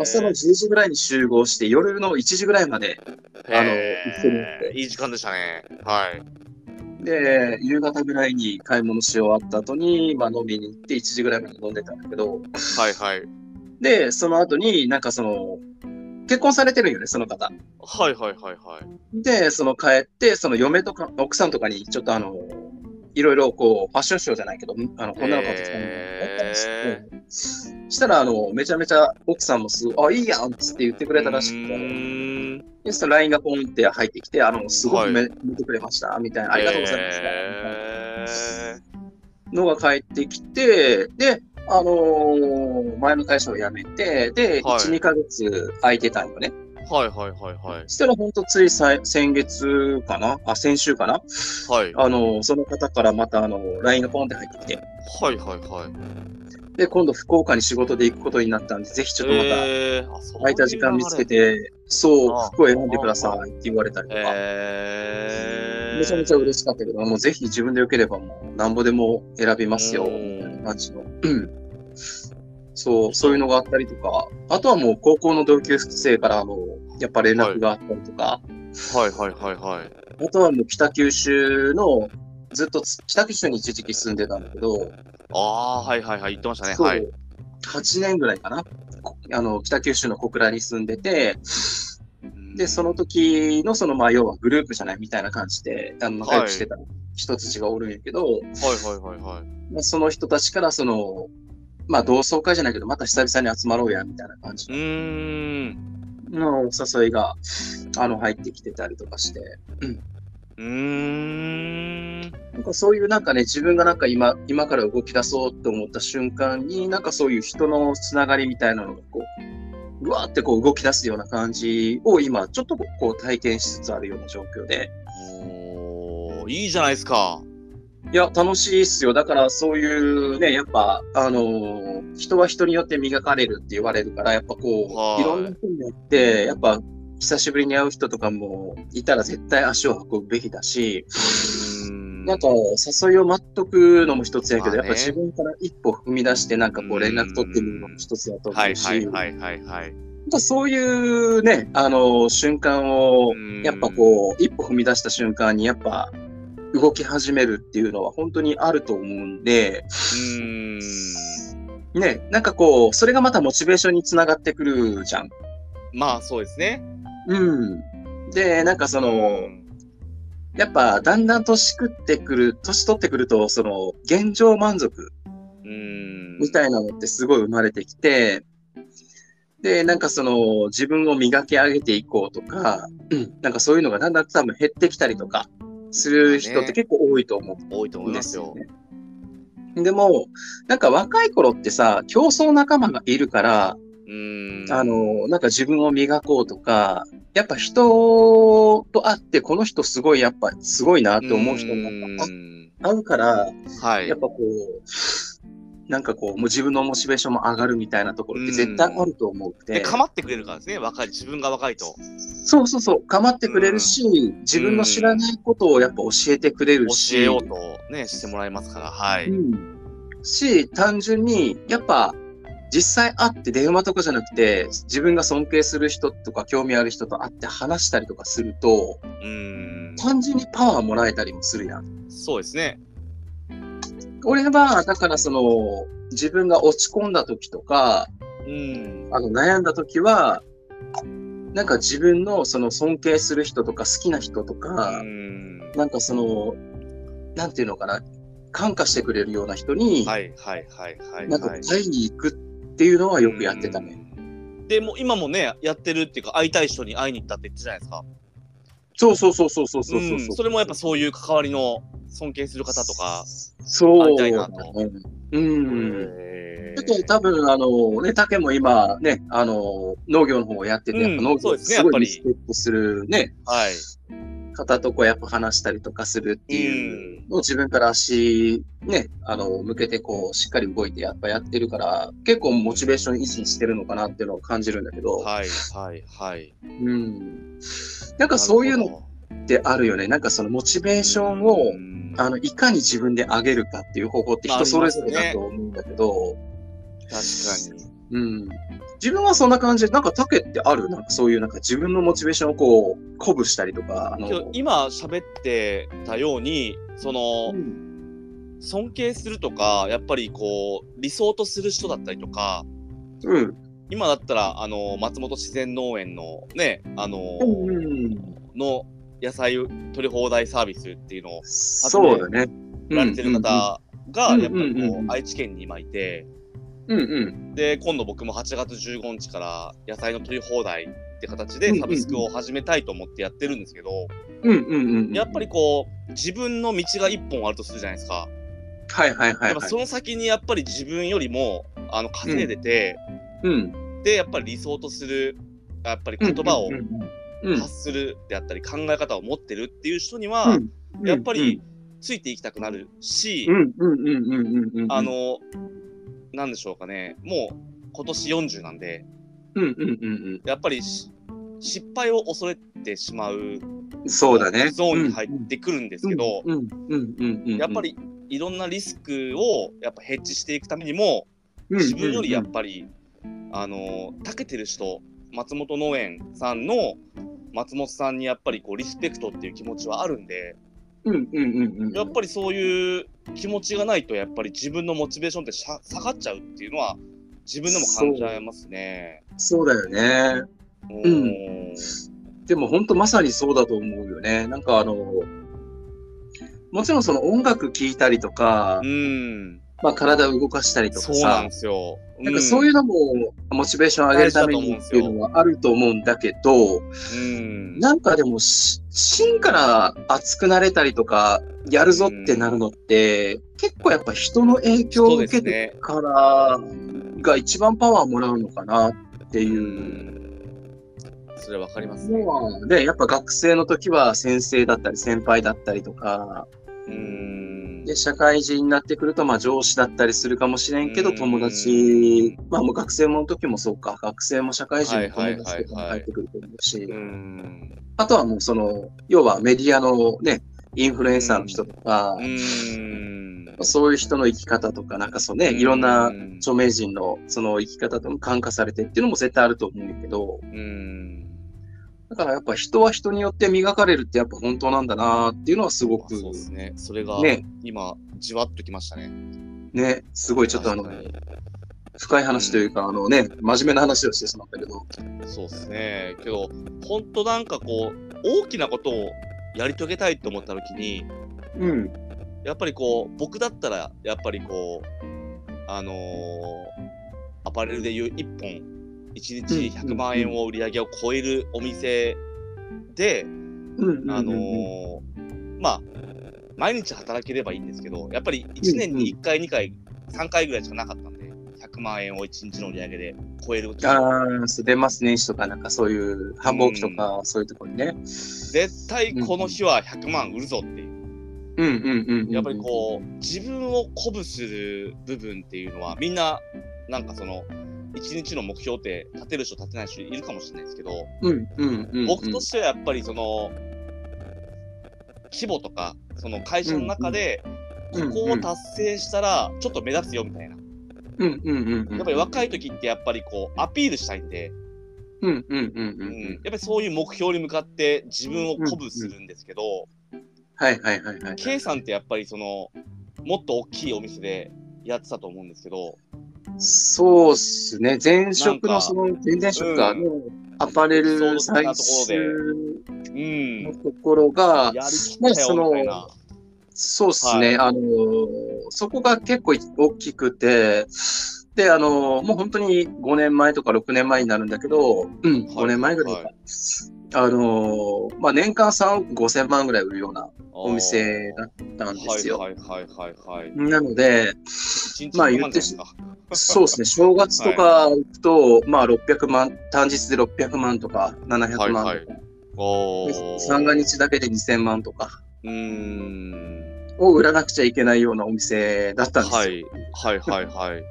Speaker 2: 朝の10時ぐらいに集合して、夜の1時ぐらいまで、あの
Speaker 1: へー
Speaker 2: 一緒に行って
Speaker 1: いい時間でしたね。はい。
Speaker 2: で、夕方ぐらいに買い物し終わった後に、まあ、飲みに行って、1時ぐらいまで飲んでたんだけど、
Speaker 1: はいはい。
Speaker 2: で、その後になんかその、結婚されてるんよね、その方。
Speaker 1: はいはいはいはい。
Speaker 2: で、その帰って、その嫁とか、奥さんとかに、ちょっとあの、いろいろこう、ファッションショーじゃないけど、あの、こんなの買ってきたみたいなのやったりして、したら、あの、めちゃめちゃ奥さんもすごい、あ、いいやんっつって言ってくれたらしく
Speaker 1: う
Speaker 2: て、
Speaker 1: ーん
Speaker 2: で、その LINE がポンって入ってきて、あの、すご
Speaker 1: はい
Speaker 2: いめ、見てくれました、みたいな、ありがとうございます。
Speaker 1: へ
Speaker 2: のが帰ってきて、で、あのー前の会社を辞めて、で、
Speaker 1: はい
Speaker 2: 1、2ヶ月空いてたんよね。
Speaker 1: ーはいはいはいはい。
Speaker 2: そしたら本当ついさい先月かなあ、先週かな
Speaker 1: はい。
Speaker 2: あの、その方からまたあの、LINE がポンって入ってきて。
Speaker 1: はいはいはい。
Speaker 2: で、今度福岡に仕事で行くことになったんで、ぜひちょっとまた
Speaker 1: えーあそう
Speaker 2: 空いた時間見つけて、そう
Speaker 1: あ、
Speaker 2: 服を選んでくださいって言われたりとか。
Speaker 1: えー、
Speaker 2: めちゃめちゃ嬉しかったけど、もうぜひ自分でよければもう何ぼでも選びますよ、
Speaker 1: うん
Speaker 2: みたいな感じの。うんそう、そういうのがあったりとか、あとはもう高校の同級生からも、やっぱ連絡があったりとか、
Speaker 1: はいはいはいはい。
Speaker 2: あとはもう北九州の、ずっとつ北九州に一時期住んでたんだけど、
Speaker 1: ああー、はいはいはい。言ってましたね。
Speaker 2: そう
Speaker 1: はい。
Speaker 2: 8年ぐらいかな。こあの、北九州の小倉に住んでて、で、その時のその、まあ、要はグループじゃないみたいな感じで、あの、仲良くしてた人たちがおるんやけど、
Speaker 1: はいはいはいはい。
Speaker 2: まあ、その人たちから、その、まあ、同窓会じゃないけど、また久々に集まろうや、みたいな感じ
Speaker 1: うーん。
Speaker 2: のお誘いが、あの、入ってきてたりとかして、
Speaker 1: うーん。
Speaker 2: なんかそういうなんかね、自分がなんか今、今から動き出そうと思った瞬間に、なんかそういう人のつながりみたいなのがこう、うわーってこう動き出すような感じを今、ちょっとこう体験しつつあるような状況で。
Speaker 1: おーいいじゃないですか。
Speaker 2: いや、楽しいっすよ。だからそういうね、やっぱ、あのー人は人によって磨かれるって言われるから、やっぱこ
Speaker 1: は
Speaker 2: う、
Speaker 1: い
Speaker 2: いろんな人によって、やっぱ久しぶりに会う人とかもいたら絶対足を運ぶべきだし、な
Speaker 1: なん
Speaker 2: か、誘いを待っとくのも一つやけど、
Speaker 1: ま
Speaker 2: や
Speaker 1: あね
Speaker 2: っぱ自分から一歩踏み出して、なんかこう連絡取ってみるのも一つやと思
Speaker 1: はいう
Speaker 2: し、
Speaker 1: はいはいはいはい。
Speaker 2: なんかそういうね、あの、瞬間を、やっぱこう、一歩踏み出した瞬間に、やっぱ、動き始めるっていうのは本当にあると思うん
Speaker 1: う
Speaker 2: で、
Speaker 1: ーん。
Speaker 2: ね、なんかこう、それがまたモチベーションにつながってくるじゃん。
Speaker 1: まあそうですね。
Speaker 2: うん。で、なんかその、
Speaker 1: うん
Speaker 2: やっぱだんだん年食ってくる、年取ってくると、その、現状満足
Speaker 1: うーん。
Speaker 2: みたいなのってすごい生まれてきて、で、なんかその自分を磨き上げていこうとか、うんなんかそういうのがだんだん多分減ってきたりとかする人って結構多いと思
Speaker 1: 多いと思
Speaker 2: う
Speaker 1: い
Speaker 2: ん
Speaker 1: ま
Speaker 2: ですす
Speaker 1: よ
Speaker 2: よ。。でも、なんか若い頃ってさ、競争仲間がいるから、
Speaker 1: うーん。
Speaker 2: あの、なんか自分を磨こうとか、やっぱ人と会って、この人すごい、やっぱすごいなって思う人も
Speaker 1: う
Speaker 2: なんか
Speaker 1: ーん
Speaker 2: 会うから、
Speaker 1: はい
Speaker 2: やっ。ぱこう、なんかこう、もう自分のモチベーションも上がるみたいなところって絶対あると思う
Speaker 1: で、
Speaker 2: て、
Speaker 1: 構ってくれるからですね、若い、自分が若いと。
Speaker 2: そうそうそう、構ってくれるし、自分の知らないことをやっぱ教えてくれるし、
Speaker 1: 教えようと、ね、してもらえますから、は
Speaker 2: う
Speaker 1: い。
Speaker 2: ん、し、単純に、やっぱ、実際会って電話とかじゃなくて、自分が尊敬する人とか興味ある人と会って話したりとかすると、
Speaker 1: うん。
Speaker 2: 単純にパワーもらえたりもするやん。
Speaker 1: そうですね。
Speaker 2: 俺は、だからその、自分が落ち込んだ時とか、
Speaker 1: うん。
Speaker 2: あの悩んだ時は、なんか自分のその尊敬する人とか好きな人とか
Speaker 1: う、ん
Speaker 2: なんかその、なんていうのかな、感化してくれるような人に、
Speaker 1: はいはいはいはい。
Speaker 2: なんか
Speaker 1: はい
Speaker 2: 会いに行くっていうのはよくやってたね。。
Speaker 1: うんでもう今もね、やってるっていうか、会いたい人に会いに行ったって言ってたじゃないですか。
Speaker 2: そうそうそうそうそうそう
Speaker 1: うんそれもやっぱそういう関わりの尊敬する方とか。
Speaker 2: そう
Speaker 1: 会いた
Speaker 2: だ
Speaker 1: いなと
Speaker 2: ね。うん。
Speaker 1: へ
Speaker 2: だ
Speaker 1: ー
Speaker 2: って多分、あの、ね、竹も今、ね、あの、農業の方をやってて、やっぱ農
Speaker 1: そ
Speaker 2: 業
Speaker 1: うですね
Speaker 2: すご
Speaker 1: やっぱ
Speaker 2: い
Speaker 1: り
Speaker 2: リスペクトするね、
Speaker 1: はい。
Speaker 2: 方とこうやっぱ話したりとかするっていうう、
Speaker 1: ん
Speaker 2: を自分から足、ね、あの、向けてこう、しっかり動いてやっぱやってるから、結構モチベーション維持してるのかなっていうのを感じるんだけど、
Speaker 1: はいはいはい。
Speaker 2: うん。なんかそういうの
Speaker 1: の
Speaker 2: ってあるよね。なんかそのモチベーションを、あの、いかに自分で上げるかっていう方法って
Speaker 1: まあ
Speaker 2: 人それぞれだと思うんだけど、
Speaker 1: 確かに。
Speaker 2: うん。自分はそんな感じで、なんかタケってあるなんかそういう、なんか自分のモチベーションをこう、鼓舞したりとか、あの、
Speaker 1: けど今喋ってたようにその
Speaker 2: うん
Speaker 1: 尊敬するとかやっぱりこう理想とする人だったりとか
Speaker 2: うん。
Speaker 1: 今だったらあの松本自然農園のねあの、
Speaker 2: うん。
Speaker 1: の野菜取り放題サービスっていうのを
Speaker 2: そうだね。
Speaker 1: やられてる方が
Speaker 2: うん
Speaker 1: やっぱり
Speaker 2: うんうん
Speaker 1: こ
Speaker 2: うん
Speaker 1: う愛知県に今いて
Speaker 2: うんうん。
Speaker 1: で今度僕も8月15日から野菜の取り放題って形でサブスクを始めたいと思ってやってるんですけど
Speaker 2: うんうんうんうん。
Speaker 1: やっぱり。こう自分の道が1本あるとするじゃないですか。
Speaker 2: はいはいはい、
Speaker 1: やっぱ
Speaker 2: はい
Speaker 1: そ。の先にやっぱり自分よりもあの稼いでて、
Speaker 2: うん。
Speaker 1: でやっぱり理想とするやっぱり言葉を
Speaker 2: うんうんうん。
Speaker 1: 発するであったり考え方を持ってるっていう人に
Speaker 2: う
Speaker 1: は
Speaker 2: んうん
Speaker 1: やっぱり、ついていきたくなるし、
Speaker 2: うんうんうんうんうんうんうん。
Speaker 1: あ、のなんでしょうかねもう今年40なんで
Speaker 2: うんうんうん
Speaker 1: やっぱりし失敗を恐れてしまう
Speaker 2: うん。そうだね。
Speaker 1: ゾーンに入ってくるんですけど、
Speaker 2: うんうんうんうん。
Speaker 1: やっぱ、りいろんなリスクをやっぱヘッジしていくためにも、自分よりやっぱり、あの長けてる人松本農園さんの松本さんにやっぱりこうリスペクトっていう気持ちはあるんで
Speaker 2: うんうんうんうん。
Speaker 1: やっぱりそういう気持ちがないとやっぱり自分のモチベーションってしゃ下がっちゃうっていうのは自分でも感じられますね。
Speaker 2: そうだよね。
Speaker 1: う
Speaker 2: うでも本当まさにそうだと思うよね。なんかあの、もちろんその音楽聴いたりとか
Speaker 1: う、ん、
Speaker 2: まあ体を動かしたりと
Speaker 1: そ
Speaker 2: か
Speaker 1: うな
Speaker 2: さ
Speaker 1: んで、すよ。
Speaker 2: なんかそういう
Speaker 1: う
Speaker 2: のもモチベーション上げるためにっていうのはあると思うんだけど、
Speaker 1: ん、
Speaker 2: なんかでもし芯から熱くなれたりとか、やるぞってなるのって、結構やっぱ人の影響を受けて
Speaker 1: て
Speaker 2: からが一番パワーもらうのかなって
Speaker 1: う
Speaker 2: いうん
Speaker 1: それわかりますね
Speaker 2: の。は、ね、やっぱ学生の時は先生だったり先輩だったりとか、
Speaker 1: うん
Speaker 2: で、社会人になってくると、まあ上司だったりするかもしれんけ
Speaker 1: う
Speaker 2: ど、
Speaker 1: ん
Speaker 2: 友達、まあもう学生もの時もそうか、学生も社会人も友達とかも入ってくると思うし
Speaker 1: う、ん
Speaker 2: あとはもうその、要はメディアのね、インフルエンサーの人とか
Speaker 1: う、ん
Speaker 2: そういう人の生き方とか、なんかそうね、いろんな著名人のその生き方とも感化されてっていうのも絶対あると思うんだけど、
Speaker 1: うん
Speaker 2: だからやっぱ人は人によって磨かれるってやっぱ本当なんだなっていうのはすご
Speaker 1: あ
Speaker 2: く、
Speaker 1: そうですねそれが
Speaker 2: ね
Speaker 1: 今じわっときましたね
Speaker 2: ね、すごいちょっとあの、
Speaker 1: 確か
Speaker 2: 深い話というか、あのね、真面目な話をしてしまったけど、
Speaker 1: にそうですねけど本当なんかこう大きなことをやり遂げたいと思った時に
Speaker 2: うん、
Speaker 1: やっぱりこう僕だったらやっぱりこうあのーアパレルでいう1本1日100万円を売り上げを超えるお店で、
Speaker 2: うん、
Speaker 1: あのーまあ毎日働ければいいんですけどやっぱり1年に1回2回3回ぐらいしかなかったんで100万円を1日の売り上げで超える時
Speaker 2: ああ、出ますね、とか、なんかそういう繁忙期とか、そういうところにね。
Speaker 1: 絶対この日は100万売るぞっていう
Speaker 2: うんうんうんうん。
Speaker 1: やっぱりこう自分を鼓舞する部分っていうのはみんななんかその1日の目標って立てる人立てない人いるかもしれないですけど
Speaker 2: う、うんうんうん。
Speaker 1: 僕としてはやっぱりその規模とかその会社の中でこ
Speaker 2: うん
Speaker 1: こを達成したらちょっと目立つよみたいな
Speaker 2: うんうんうんうん。
Speaker 1: やっぱり若い時ってやっぱりこうアピールしたいんで、
Speaker 2: うんうんうん
Speaker 1: う
Speaker 2: う
Speaker 1: ん
Speaker 2: うん
Speaker 1: やっ
Speaker 2: ん。
Speaker 1: ぱりそういう目標に向かって自分を鼓舞するんですけど、
Speaker 2: はいはいはいはい。
Speaker 1: K さんってやっぱりそのもっと大きいお店でやってたと思うんですけど、
Speaker 2: そうっすね。前職
Speaker 1: なん
Speaker 2: の
Speaker 1: か
Speaker 2: その、前々職が、アパレ
Speaker 1: そう
Speaker 2: ル
Speaker 1: そん
Speaker 2: 最
Speaker 1: なところで
Speaker 2: 終
Speaker 1: うん、
Speaker 2: のところが、
Speaker 1: やりきったよみたいな。
Speaker 2: そうっすね。あのー、そこが結構大きくて、で、あのー、もう本当に5年前とか6年前になるんだけど、うん、5年前ぐらいか。
Speaker 1: は
Speaker 2: あのー、まあ、年間3億5千万ぐらい売るようなお店だったんですよ。
Speaker 1: はいはいはいはいはい。
Speaker 2: なので、
Speaker 1: 一日
Speaker 2: まあ
Speaker 1: 100万
Speaker 2: 言って
Speaker 1: じゃ
Speaker 2: し
Speaker 1: ないですか
Speaker 2: そうですね、正月とか行くと、まあ600万、単日で600万とか700
Speaker 1: はい
Speaker 2: 万
Speaker 1: は
Speaker 2: とか、
Speaker 1: お
Speaker 2: で
Speaker 1: ー
Speaker 2: 三が日だけで2000万とか、
Speaker 1: うーん。
Speaker 2: を売らなくちゃいけないようなお店だったんですよ。
Speaker 1: はいはいはいはい。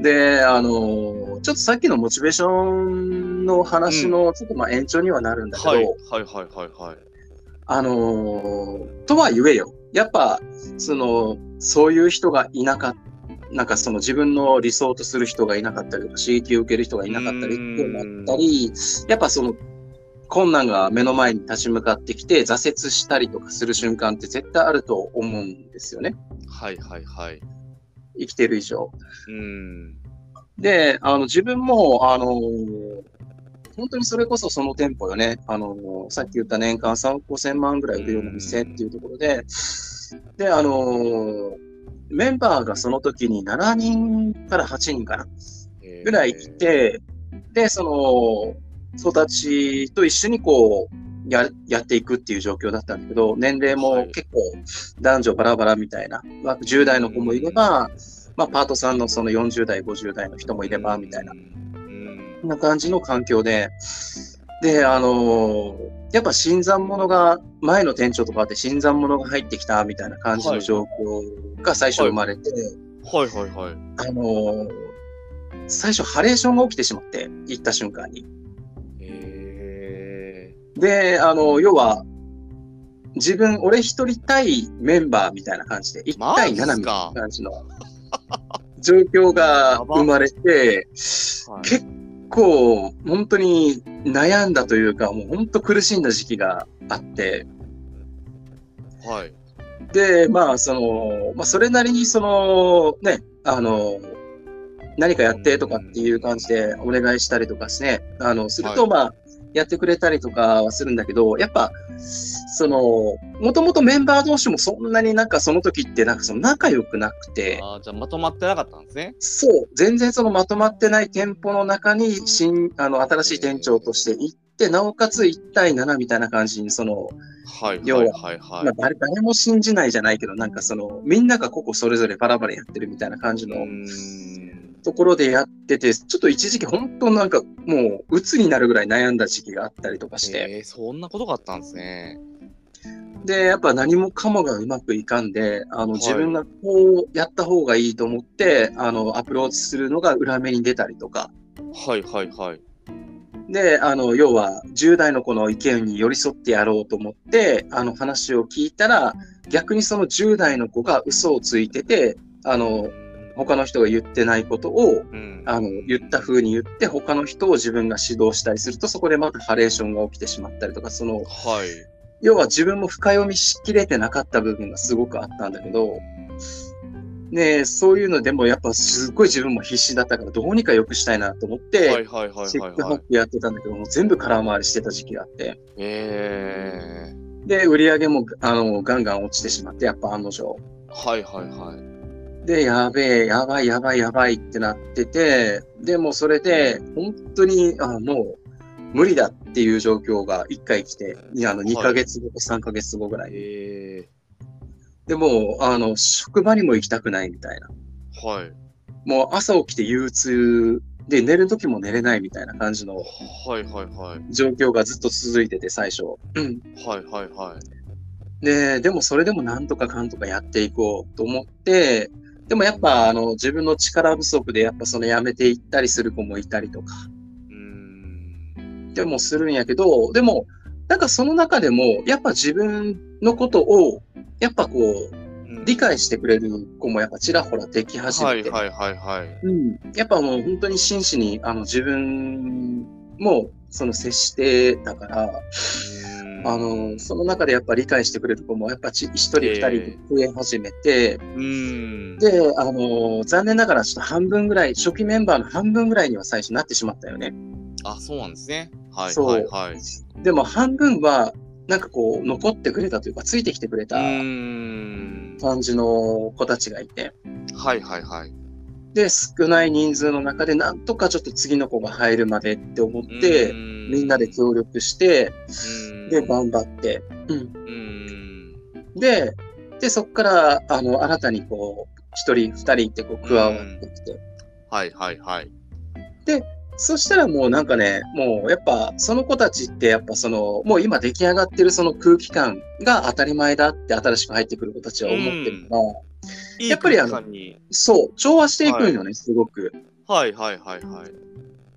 Speaker 2: で、あのーちょっとさっきのモチベーションの話の、ちょっとまあ延長にはなるんだけど、
Speaker 1: はいはいはいはいはい。
Speaker 2: あのーとは言えよ。やっぱ、その、そういう人がいなかった。なんかその自分の理想とする人がいなかったりとか刺激を受ける人がいなかったり
Speaker 1: うーん
Speaker 2: っていうのもあったりやっぱその困難が目の前に立ち向かってきて挫折したりとかする瞬間って絶対あると思うんですよね
Speaker 1: はいはいはい。
Speaker 2: 生きてる以上。
Speaker 1: うん。
Speaker 2: で、あの、自分も、あのー本当にそれこそその店舗よね。あのーさっき言った年間3億5千万ぐらい売るような店っていうところで、で、あのーメンバーがその時に7人から8人かな、ぐらい来て、で、その、育ちと一緒にこう、や、やっていくっていう状況だったんだけど、年齢
Speaker 1: は
Speaker 2: も
Speaker 1: い
Speaker 2: 結構男女バラバラみたいな、まあ10代の子もいれば、まあ、パートさんのその40代、50代の人もいれば、みたいな、
Speaker 1: うん。
Speaker 2: そんな感じの環境で、で、あのーやっぱ新参者が、前の店長とかで新参者が入ってきた、みたいな感じの状況が最初生まれて、
Speaker 1: はいはいはい。
Speaker 2: あのー最初ハレーションが起きてしまって、行った瞬間に。
Speaker 1: え
Speaker 2: で、あの要は、自分、俺一人対メンバーみたいな感じで、1対7みたいな感じの 状況が生まれて、
Speaker 1: ーはい
Speaker 2: 結構、本当に悩んだというか、もう本当苦しんだ時期があって、
Speaker 1: はい。
Speaker 2: で、まあ、その、まあ、それなりに、その、ね、あの、何かやってとかっていう感じでお願いしたりとかして、あの、する
Speaker 1: は
Speaker 2: と、
Speaker 1: い
Speaker 2: まあ、やってくれたりとかはするんだけど、やっぱ、その、もともとメンバー同士もそんなになんかその時ってなんかその仲良くなくて、
Speaker 1: あーじゃあまとまってなかったんですね。
Speaker 2: そう、全然そのまとまってない店舗の中に新、あの、新しい店長として行って、なおかつ1対7みたいな感じに、その、
Speaker 1: はい
Speaker 2: 要
Speaker 1: は
Speaker 2: はい
Speaker 1: はいはい
Speaker 2: まあ、。誰誰も信じないじゃないけど、なんかその、みんなが個々それぞれバラバラやってるみたいな感じの
Speaker 1: うん
Speaker 2: ところでやってて、ちょっと一時期本当なんかもう、鬱になるぐらい悩んだ時期があったりとかして、
Speaker 1: えー、そんなことがあったんですね。
Speaker 2: で、やっぱ何もかもがうまくいかんで、あの、
Speaker 1: はい
Speaker 2: 自分がこうやった方がいいと思って、あの、アプローチするのが裏目に出たりとか、
Speaker 1: はいはいはい。
Speaker 2: で、あの、要は、10代の子の意見に寄り添ってやろうと思って、あの話を聞いたら、逆にその10代の子が嘘をついてて、あの、他の人が言ってないことを、
Speaker 1: うん
Speaker 2: あの、言った風に言って、他の人を自分が指導したりすると、そこでまたハレーションが起きてしまったりとか、その、
Speaker 1: はい。
Speaker 2: 要は自分も深読みしきれてなかった部分がすごくあったんだけど、ねえそういうのでもやっぱすっごい自分も必死だったから、どうにか良くしたいなと思っ
Speaker 1: は
Speaker 2: て、
Speaker 1: いはいはい
Speaker 2: チェ
Speaker 1: は
Speaker 2: ッ
Speaker 1: い
Speaker 2: クハ
Speaker 1: はい。
Speaker 2: ックやってたんだけど、もう全部空回りしてた時期があって、
Speaker 1: えー、
Speaker 2: で、売り上げも、あの、ガンガン落ちてしまって、やっぱ案の定。
Speaker 1: はいはいはい。
Speaker 2: で、やべえ、やばい、やばい、やばいってなってて、でもうそれで、本当に、あもう、無理だっていう状況が1回来て、いやあの
Speaker 1: はい
Speaker 2: 2ヶ月後、3ヶ月後ぐらい。
Speaker 1: え
Speaker 2: でもう、あの、職場にも行きたくないみたいな。
Speaker 1: ー、はい。
Speaker 2: もう朝起きて憂鬱で、寝る時も寝れないみたいな感じの
Speaker 1: はいはいはい。
Speaker 2: 状況がずっと続いてて、最初。
Speaker 1: はいはいはい。
Speaker 2: で、でもそれでもなんとかかんとかやっていこうと思って、でもやっぱあの自分の力不足でやっぱその辞めていったりする子もいたりとか、
Speaker 1: うーん。
Speaker 2: でもするんやけど、でもなんかその中でもやっぱ自分のことをやっぱこう理解してくれる子もやっぱちらほらでき始
Speaker 1: は
Speaker 2: め
Speaker 1: い
Speaker 2: て、
Speaker 1: はいはいはい。
Speaker 2: うん、やっぱもう本当に真摯にあの自分もその接してだから、あのその中でやっぱ理解してくれる子もやっぱち一人
Speaker 1: ええ
Speaker 2: 二人増え始めて、
Speaker 1: うーん。
Speaker 2: で、あの残念ながらちょっと半分ぐらい、初期メンバーの半分ぐらいには最初なってしまったよね。
Speaker 1: あ、そうなんですね。はい
Speaker 2: そう
Speaker 1: はいはい。う
Speaker 2: でも半分は、なんかこう、残ってくれたというか、ついてきてくれた
Speaker 1: ーん。
Speaker 2: 感じの子たちがいて、
Speaker 1: はいはいはい。
Speaker 2: で、少ない人数の中で、なんとかちょっと次の子が入るまでって思って、み
Speaker 1: み
Speaker 2: んなで協力して、で、
Speaker 1: う
Speaker 2: 頑張って、うん。
Speaker 1: ーん。
Speaker 2: で、で、そこから、あの、新たにこう、一人、二人ってこう、加わってきて、
Speaker 1: はいはいはい。
Speaker 2: そしたらもうなんかね、もうやっぱその子たちってやっぱその、もう今出来上がってるその空気感が当たり前だって新しく入ってくる子たちは思ってるから、
Speaker 1: いい
Speaker 2: やっぱりあの
Speaker 1: 空間に
Speaker 2: そう、調和していくんよね、すごく。
Speaker 1: はいはいはいはい。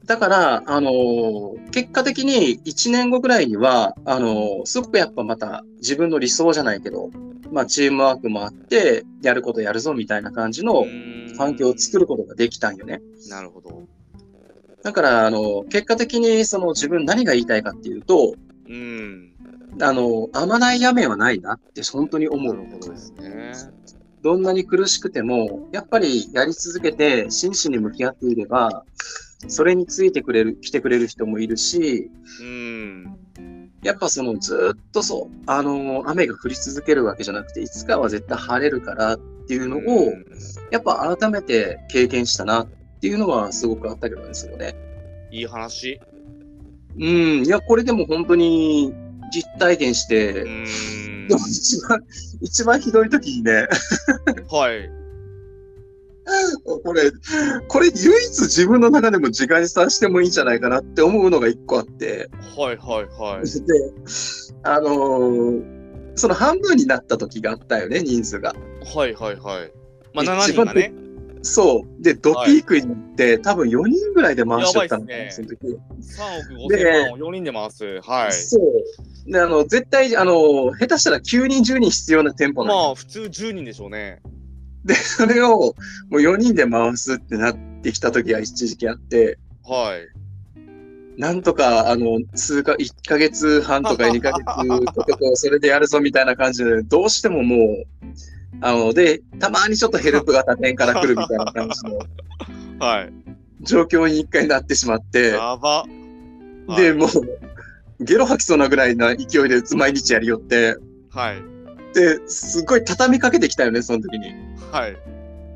Speaker 2: だから、あのー結果的に1年後ぐらいには、あのーすごくやっぱまた自分の理想じゃないけど、まあチームワークもあって、やることやるぞみたいな感じの環境を作
Speaker 1: る。
Speaker 2: ることができたんよね。
Speaker 1: なるほど。
Speaker 2: だから、あのー結果的にその自分何が言いたいかっていうと、
Speaker 1: うん。
Speaker 2: あのー、甘ない雨はないなって本当に思
Speaker 1: な
Speaker 2: う
Speaker 1: る。ほどですね。
Speaker 2: どんなに苦しくても、やっぱりやり続けて真摯に向き合っていれば、それについてくれる、来てくれる人もいるし、
Speaker 1: うん。
Speaker 2: やっぱそのずっとそう、あのー雨が降り続けるわけじゃなくて、いつかは絶対晴れるからっていうのを、
Speaker 1: うん
Speaker 2: やっぱ改めて経験したなっていうのはすごくあったけどですよね。
Speaker 1: いい話。
Speaker 2: うん、いや、これでも本当に実体験して、
Speaker 1: うん
Speaker 2: でも。 一番、一番ひどい時にね、
Speaker 1: はい。
Speaker 2: これ、これ唯一自分の中でも自害させてもいいんじゃないかなって思うのが一個あって、
Speaker 1: はいはいはい。
Speaker 2: で、あのーその半分になった時があったよね、人数が。
Speaker 1: はいはいはい。まあ、
Speaker 2: 一
Speaker 1: 7人
Speaker 2: 番
Speaker 1: がね。
Speaker 2: そう。で、ドピークに行って、多分4人ぐらいで回しちゃったんだ
Speaker 1: やばい
Speaker 2: よ、
Speaker 1: っ
Speaker 2: そ
Speaker 1: す
Speaker 2: の
Speaker 1: ね
Speaker 2: 時。
Speaker 1: 3億5千万を4人で回す。はい。
Speaker 2: そう。で、あの、絶対、あの、下手したら9人、10人必要な店舗な
Speaker 1: ま
Speaker 2: の。
Speaker 1: あ、普通10人でしょうね。
Speaker 2: それを、もう4人で回すってなってきた時が一時期あって、
Speaker 1: はい。
Speaker 2: なんとか、あの、数か、1ヶ月半とか2ヶ 月とかこう、それでやるぞみたいな感じで、どうしてももう、あの、で、たまにちょっとヘルプが他店から来るみたいな感じ の
Speaker 1: はい。
Speaker 2: 状況に一回なってしまって、
Speaker 1: やば。は
Speaker 2: で、
Speaker 1: い
Speaker 2: もう、ゲロ吐きそうなぐらいな勢いで毎日やりよって、
Speaker 1: はい。
Speaker 2: で、すごい畳みかけてきたよね、その時に。
Speaker 1: はい。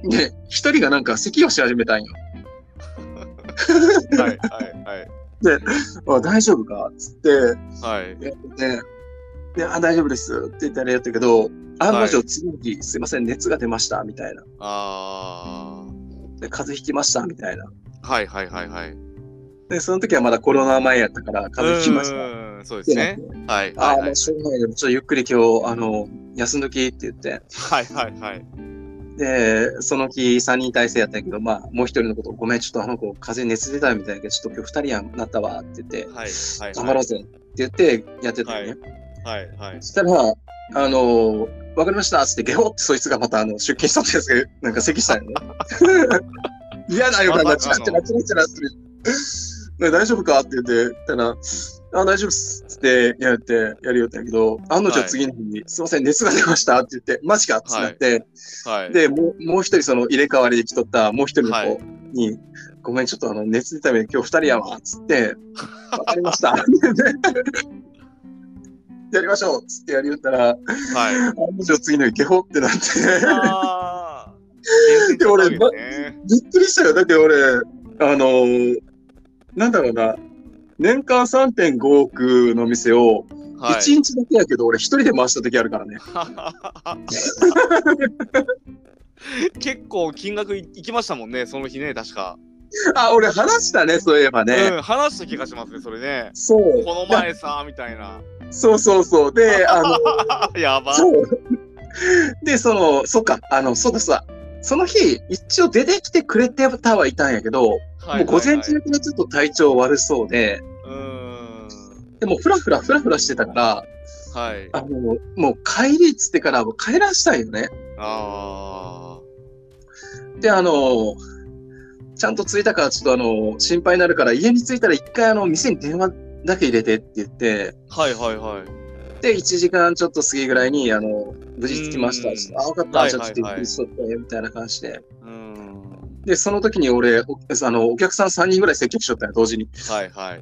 Speaker 2: で、一人がなんか咳をし始めたんよ。
Speaker 1: はい。はい。
Speaker 2: あ大丈夫かっつって、
Speaker 1: はい。はい。
Speaker 2: やって、で、あ、大丈夫ですって言ってあれやったけど、案の
Speaker 1: は
Speaker 2: 定次の日、すいません、熱が出ました、みたいな。
Speaker 1: あ
Speaker 2: で、風邪ひきました、みたいな。
Speaker 1: あ。はいはいはいはい。
Speaker 2: で、その時はまだコロナ前やったから、風邪ひきました。
Speaker 1: た。そうで
Speaker 2: って
Speaker 1: す
Speaker 2: なっ
Speaker 1: ね
Speaker 2: て。
Speaker 1: はい。は
Speaker 2: あ
Speaker 1: い
Speaker 2: ー、もうしょうがないけど、ちょっとゆっくり今日、あの、休んどきって言って、
Speaker 1: はいはいはい。
Speaker 2: で、その日3人体制やったんやけど、まあ、もう一人のこと、ごめん、ちょっとあの子、風邪熱出たみたいだけど、ちょっと今日二人やんなったわって言って、
Speaker 1: はいはい。
Speaker 2: 頑張ろうぜって言ってやってたよね。
Speaker 1: はいはい
Speaker 2: そ。したら、あのー、わかりましたっつって、ゲホってそいつがまたあの出勤したってやつが、なんか咳したよね。 嫌な予感がチラチラチラチラする。ね大丈夫かって言って、たら、あ、大丈夫っすっつってやって、やるよってやけど、案の定次の日に、すいません、熱が出ましたって言って、マジかっつってなって、
Speaker 1: はい。
Speaker 2: で、もう、もう一人その入れ替わりで来とった、もう一人の
Speaker 1: はい
Speaker 2: 子に、ごめん、ちょっとあの、熱出ために今日二人やわ、っつ って、わかりました。 やりましょうっつってやりよったら、
Speaker 1: はい。
Speaker 2: 案の定次の日、ゲホってなって、
Speaker 1: ああ。
Speaker 2: で俺、ま
Speaker 1: ね。
Speaker 2: びっくりしたよ。だって俺、あのーなんだろうな、年間3.5億の店を、
Speaker 1: はい。
Speaker 2: 1日だけやけど、俺一人で回した時あるからね。
Speaker 1: 結構金額いいきましたもんね、その日ね、確か。
Speaker 2: あ、俺話したね、そういえばね。
Speaker 1: うん、話した気がしますね、それね。
Speaker 2: そう。
Speaker 1: この前さ、みたいな。
Speaker 2: そうそうそう。で、あの、
Speaker 1: やば。
Speaker 2: そう。 で、その、そっか、あの、そうだそうだ。その日、一応出てきてくれてたはいたんやけど、
Speaker 1: はいはいはい
Speaker 2: もう午前中からちょっと体調悪そうで、
Speaker 1: うーん。
Speaker 2: でもフラフラフラフラしてたから、
Speaker 1: はい。
Speaker 2: あの、もう帰りっつってから帰らしたいよね。
Speaker 1: あ
Speaker 2: で、あの、ちゃんと着いたからちょっとあの、心配になるから家に着いたら一回あの、店に電話だけ入れてって言って、
Speaker 1: あ。はいはいはい。
Speaker 2: で、1時間ちょっと過ぎぐらいに、あの、無事着きました
Speaker 1: うん。
Speaker 2: ちょっとあ、分かっ
Speaker 1: は
Speaker 2: た。
Speaker 1: い
Speaker 2: じゃあ
Speaker 1: は
Speaker 2: ち
Speaker 1: い
Speaker 2: ょっとゆっくりしとって、みたいな感じで。
Speaker 1: うーん。
Speaker 2: で、その時に俺、おあのお客さん3人ぐらい接客しとったよ、同時に。
Speaker 1: はいはい。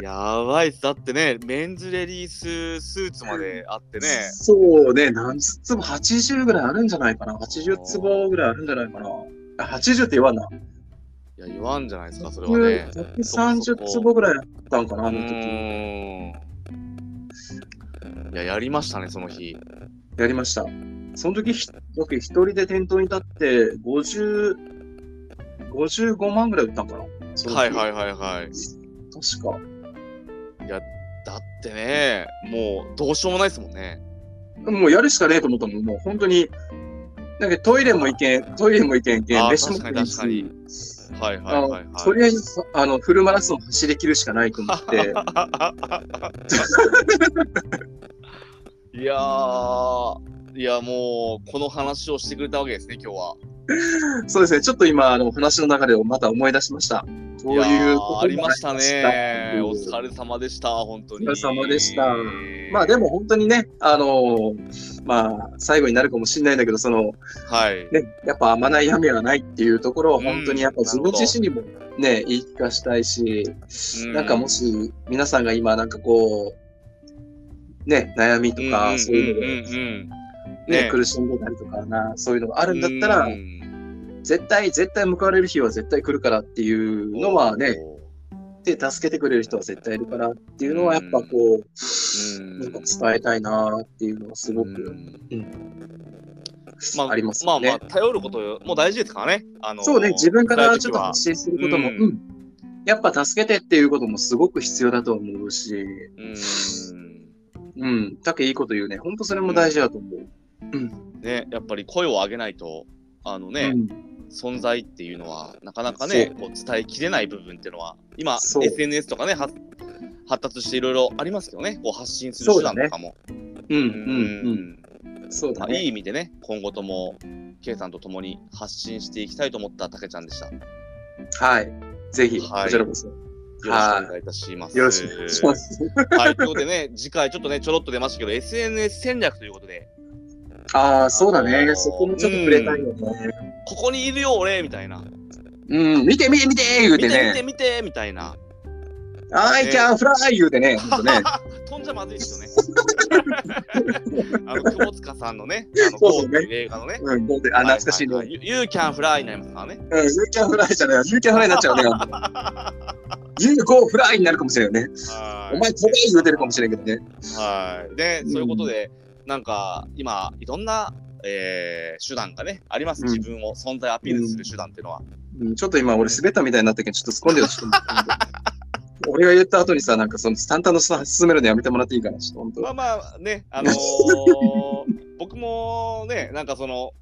Speaker 1: やばいっす。だってね、メンズレディーススーツまであってね。
Speaker 2: そうね、何十坪 ?80 ぐらいあるんじゃないかな ?80 坪ぐらいあるんじゃないかなあ ?80 って言わんな。
Speaker 1: いや、言わんじゃないですか、それはね。そ
Speaker 2: 130
Speaker 1: こそこ
Speaker 2: 坪ぐらいあったんかなあ
Speaker 1: う
Speaker 2: の時。
Speaker 1: ーん。いや、やりましたね、その日。
Speaker 2: やりました。その時、ひ僕一人で店頭に立って、50、55万ぐらい売ったんかな
Speaker 1: はいはいはいはい。
Speaker 2: い。確か。
Speaker 1: だってね、もうどうしようもないですもんね。
Speaker 2: もうやるしかねえと思ったもん、もう本当に。なんかトイレも行けん、トイレも行けんけん、
Speaker 1: あー
Speaker 2: 飯も食えん
Speaker 1: 確かに
Speaker 2: し、
Speaker 1: はいはい
Speaker 2: あ
Speaker 1: はい
Speaker 2: の
Speaker 1: はい。
Speaker 2: とりあえずあのフルマラソン走り切るしかないと思って、
Speaker 1: いやー、いやもうこの話をしてくれたわけですね、今日は。
Speaker 2: そうですね、ちょっと今、あの話の流れをまた思い出しました。こう
Speaker 1: や
Speaker 2: いう
Speaker 1: ー
Speaker 2: こと
Speaker 1: ありましたね。
Speaker 2: お
Speaker 1: お
Speaker 2: 疲
Speaker 1: 疲
Speaker 2: れ
Speaker 1: れ様でした、本当に。
Speaker 2: お疲れ様でしたまあでも本当にね、あのーまあ最後になるかもしれないんだけど、その
Speaker 1: はい。
Speaker 2: ね、やっぱ甘ない雨はないっていうところを
Speaker 1: うん
Speaker 2: 本当にやっぱ自分自身にもね、言い聞かしたいし、
Speaker 1: うん
Speaker 2: なんかもし皆さんが今なんかこう、ね、悩みとか、そういうので、
Speaker 1: うんうんうん
Speaker 2: ね
Speaker 1: ね
Speaker 2: 苦しんでたりとかな、そういうのがあ
Speaker 1: うん
Speaker 2: るんだったら、
Speaker 1: うん
Speaker 2: 絶対、絶対報われる日は絶対来るからっていうのはね、
Speaker 1: おー
Speaker 2: で、助けてくれる人は絶対いるからっていうのはやっぱこ
Speaker 1: う
Speaker 2: う、
Speaker 1: ん
Speaker 2: なんか伝えたいなっていうのはすご
Speaker 1: う
Speaker 2: く
Speaker 1: ん
Speaker 2: う
Speaker 1: まあ、
Speaker 2: あります
Speaker 1: ま
Speaker 2: よ
Speaker 1: あ
Speaker 2: ね。
Speaker 1: まあ、頼ることも大事ですからね。あの
Speaker 2: そうね、自分からちょっ
Speaker 1: 辛い時
Speaker 2: と
Speaker 1: は
Speaker 2: 発信することも、
Speaker 1: う
Speaker 2: うんん、やっぱ助けてっていうこともすごく必要だと思うし、
Speaker 1: うん
Speaker 2: うん、たけいいこと言うね。ほんとそれも大事だと思う。
Speaker 1: ね、やっぱり声を上げないと、あの
Speaker 2: う
Speaker 1: ね、
Speaker 2: ん、
Speaker 1: 存在っていうのは、なかなかね
Speaker 2: そ、
Speaker 1: こう伝えきれない部分っていうのは、今、
Speaker 2: そう
Speaker 1: SNS とかね、発発達していろいろありますけどね、こう発信する手段とかも。
Speaker 2: うん、
Speaker 1: う
Speaker 2: うん、
Speaker 1: ん
Speaker 2: うん。そう
Speaker 1: ま
Speaker 2: だ
Speaker 1: あいい
Speaker 2: ね。
Speaker 1: 意味でね、今後とも、K さんと共に発信していきたいと思ったたけちゃんでした。よ
Speaker 2: はい。ぜひ、
Speaker 1: はい
Speaker 2: こちらこそ。よ
Speaker 1: ろしくお願いいたします。
Speaker 2: ろしくお願いします。
Speaker 1: はい、ということでね、次回ちょっとね、ちょろっと出ましたけど、SNS 戦略ということで、
Speaker 2: ああ、そうだね、
Speaker 1: あのー
Speaker 2: そこもちょっと触れたいよね。
Speaker 1: ここにいるよ、俺みたいな。
Speaker 2: うん、見て見て見て言う
Speaker 1: 見て見て
Speaker 2: てね。
Speaker 1: 見てみたいな。
Speaker 2: アイキャンフライ言うてね。ほんと ね
Speaker 1: 飛んじゃまずいですよね。あの、久保塚さんのね、あの、
Speaker 2: そうそうね
Speaker 1: ゴーっていう映画のね。
Speaker 2: うん、どうで、あ、懐かしいね。
Speaker 1: ははは You you can fly になりますからね。
Speaker 2: うん、ユーキャンフライじゃない。ユーキャンフライになっちゃうね。ユーゴーフライになるかもしれないよね。お前、飛べ言うてるかもしれないけどね。
Speaker 1: はい。で、そういうことで、なんか、今、いろんな、えー手段がね、あります。
Speaker 2: うん
Speaker 1: 自分を存在アピールする手段っていうのは。
Speaker 2: うん、ちょっと今、俺、滑ったみたいになったけど、ちょっと突っ込んでほしい。 俺が言った後にさ、なんかそのスタンタのさ進めるのやめてもらっていいかな、ちょっと本当。
Speaker 1: まあまあね、あの ー僕もね、なんかその、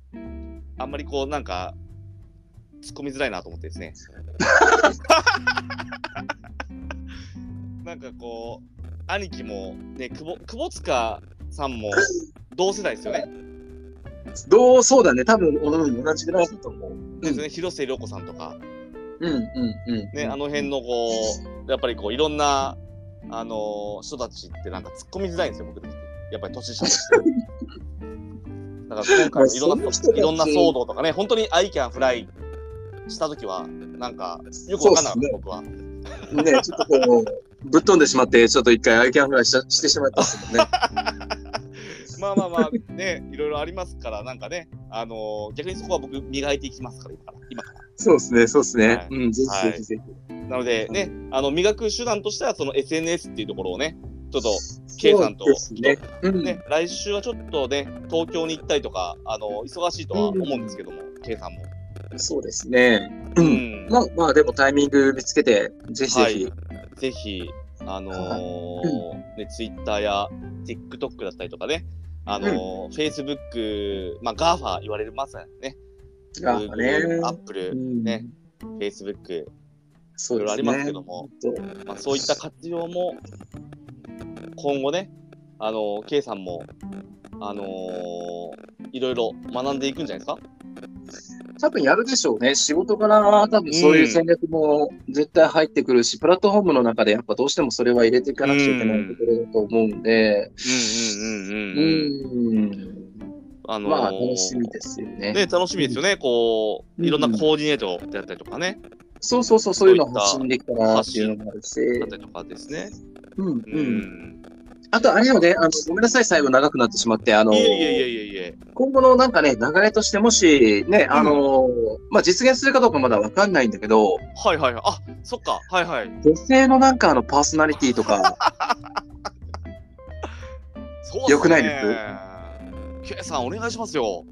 Speaker 1: あんまりこう、なんか、突っ込みづらいなと思ってですね。なんかこう、兄貴も、ね、久保久保塚さんも同世代ですよね。
Speaker 2: どうそうだね、多分、うん、同じぐらいだと思う。うん、う
Speaker 1: です
Speaker 2: ん
Speaker 1: ね広末涼子さんとか、、
Speaker 2: うん、うん。
Speaker 1: ね、あの辺のこう、やっぱりこう、いろんな、あのー人たちってなんか突っ込みづらいんですよ、僕的に。やっぱり年下として。だから今回のいろんな
Speaker 2: まあその人たち
Speaker 1: いろんな騒動とかね、本当に I can fly した時は、なんか、よくわかんなかった、
Speaker 2: そうっすね
Speaker 1: 僕は。
Speaker 2: ね、ちょっとこう、ぶっ飛んでしまって、ちょっと一回アイキャンフライしちゃしてしまったっすもんね。
Speaker 1: まあまあまあ、ね、いろいろありますから、なんかね、あのー逆にそこは僕、磨いていきますから、今から。今から
Speaker 2: そうですね、そうですね。
Speaker 1: はい
Speaker 2: うん、ぜ
Speaker 1: は
Speaker 2: ひ
Speaker 1: い
Speaker 2: ぜひぜ
Speaker 1: なので、ね、あの磨く手段としては、その SNS っていうところをね、ちょっと
Speaker 2: ひ。
Speaker 1: K さんと
Speaker 2: そうですね。うん、
Speaker 1: ね、来週はちょっとね、東京に行ったりとか、あの忙しいとは思うんですけども、K さんも。
Speaker 2: そうですね。
Speaker 1: う
Speaker 2: うん
Speaker 1: ん
Speaker 2: まあ、まあ、でもタイミング見つけて、ぜひぜひ。
Speaker 1: はい、ぜひ、あのー
Speaker 2: は
Speaker 1: ね、Twitter や TikTok だったりとかね、あのー Facebook、まあ、GAFA 言われますよね。
Speaker 2: あね
Speaker 1: Google、Apple、
Speaker 2: ん
Speaker 1: ね、Facebook、
Speaker 2: そ
Speaker 1: いろいろありますけども。
Speaker 2: 本当
Speaker 1: まあ、そういった活用も、今後ね、あのー、K さんも、あのーいろいろ学んでいくんじゃないですか
Speaker 2: 多分やるでしょうね。仕事から多分そういう戦略も絶対入ってくるし、プラットフォームの中でやっぱどうしてもそれは入れていかなくちゃいけないところだと思うんで、
Speaker 1: うんうん
Speaker 2: う
Speaker 1: うんうん。
Speaker 2: ん、
Speaker 1: あのー
Speaker 2: まあ楽しみですよね。
Speaker 1: ね、楽しみですよね、こう、
Speaker 2: うん
Speaker 1: いろんなコーディネートであったりとかね、
Speaker 2: そうそうそう、そういうのを発信できたら
Speaker 1: そういった
Speaker 2: っていうのもあるし、
Speaker 1: だったりとかですね。
Speaker 2: うんう。
Speaker 1: うんん。
Speaker 2: あとあれよね、あのごめんなさい、最後長くなってしまって、あの
Speaker 1: いえいえいえいえいえ。
Speaker 2: 今後のなんかね、流れとしてもし、ね、あの、まあ実現するかどうかまだわかんないんだけど、
Speaker 1: はいはいはい。あそっか。はいはい。
Speaker 2: 女性のなんかあのパーソナリティ とか、
Speaker 1: そう
Speaker 2: よくないです
Speaker 1: ?K さん、お願いしますよ。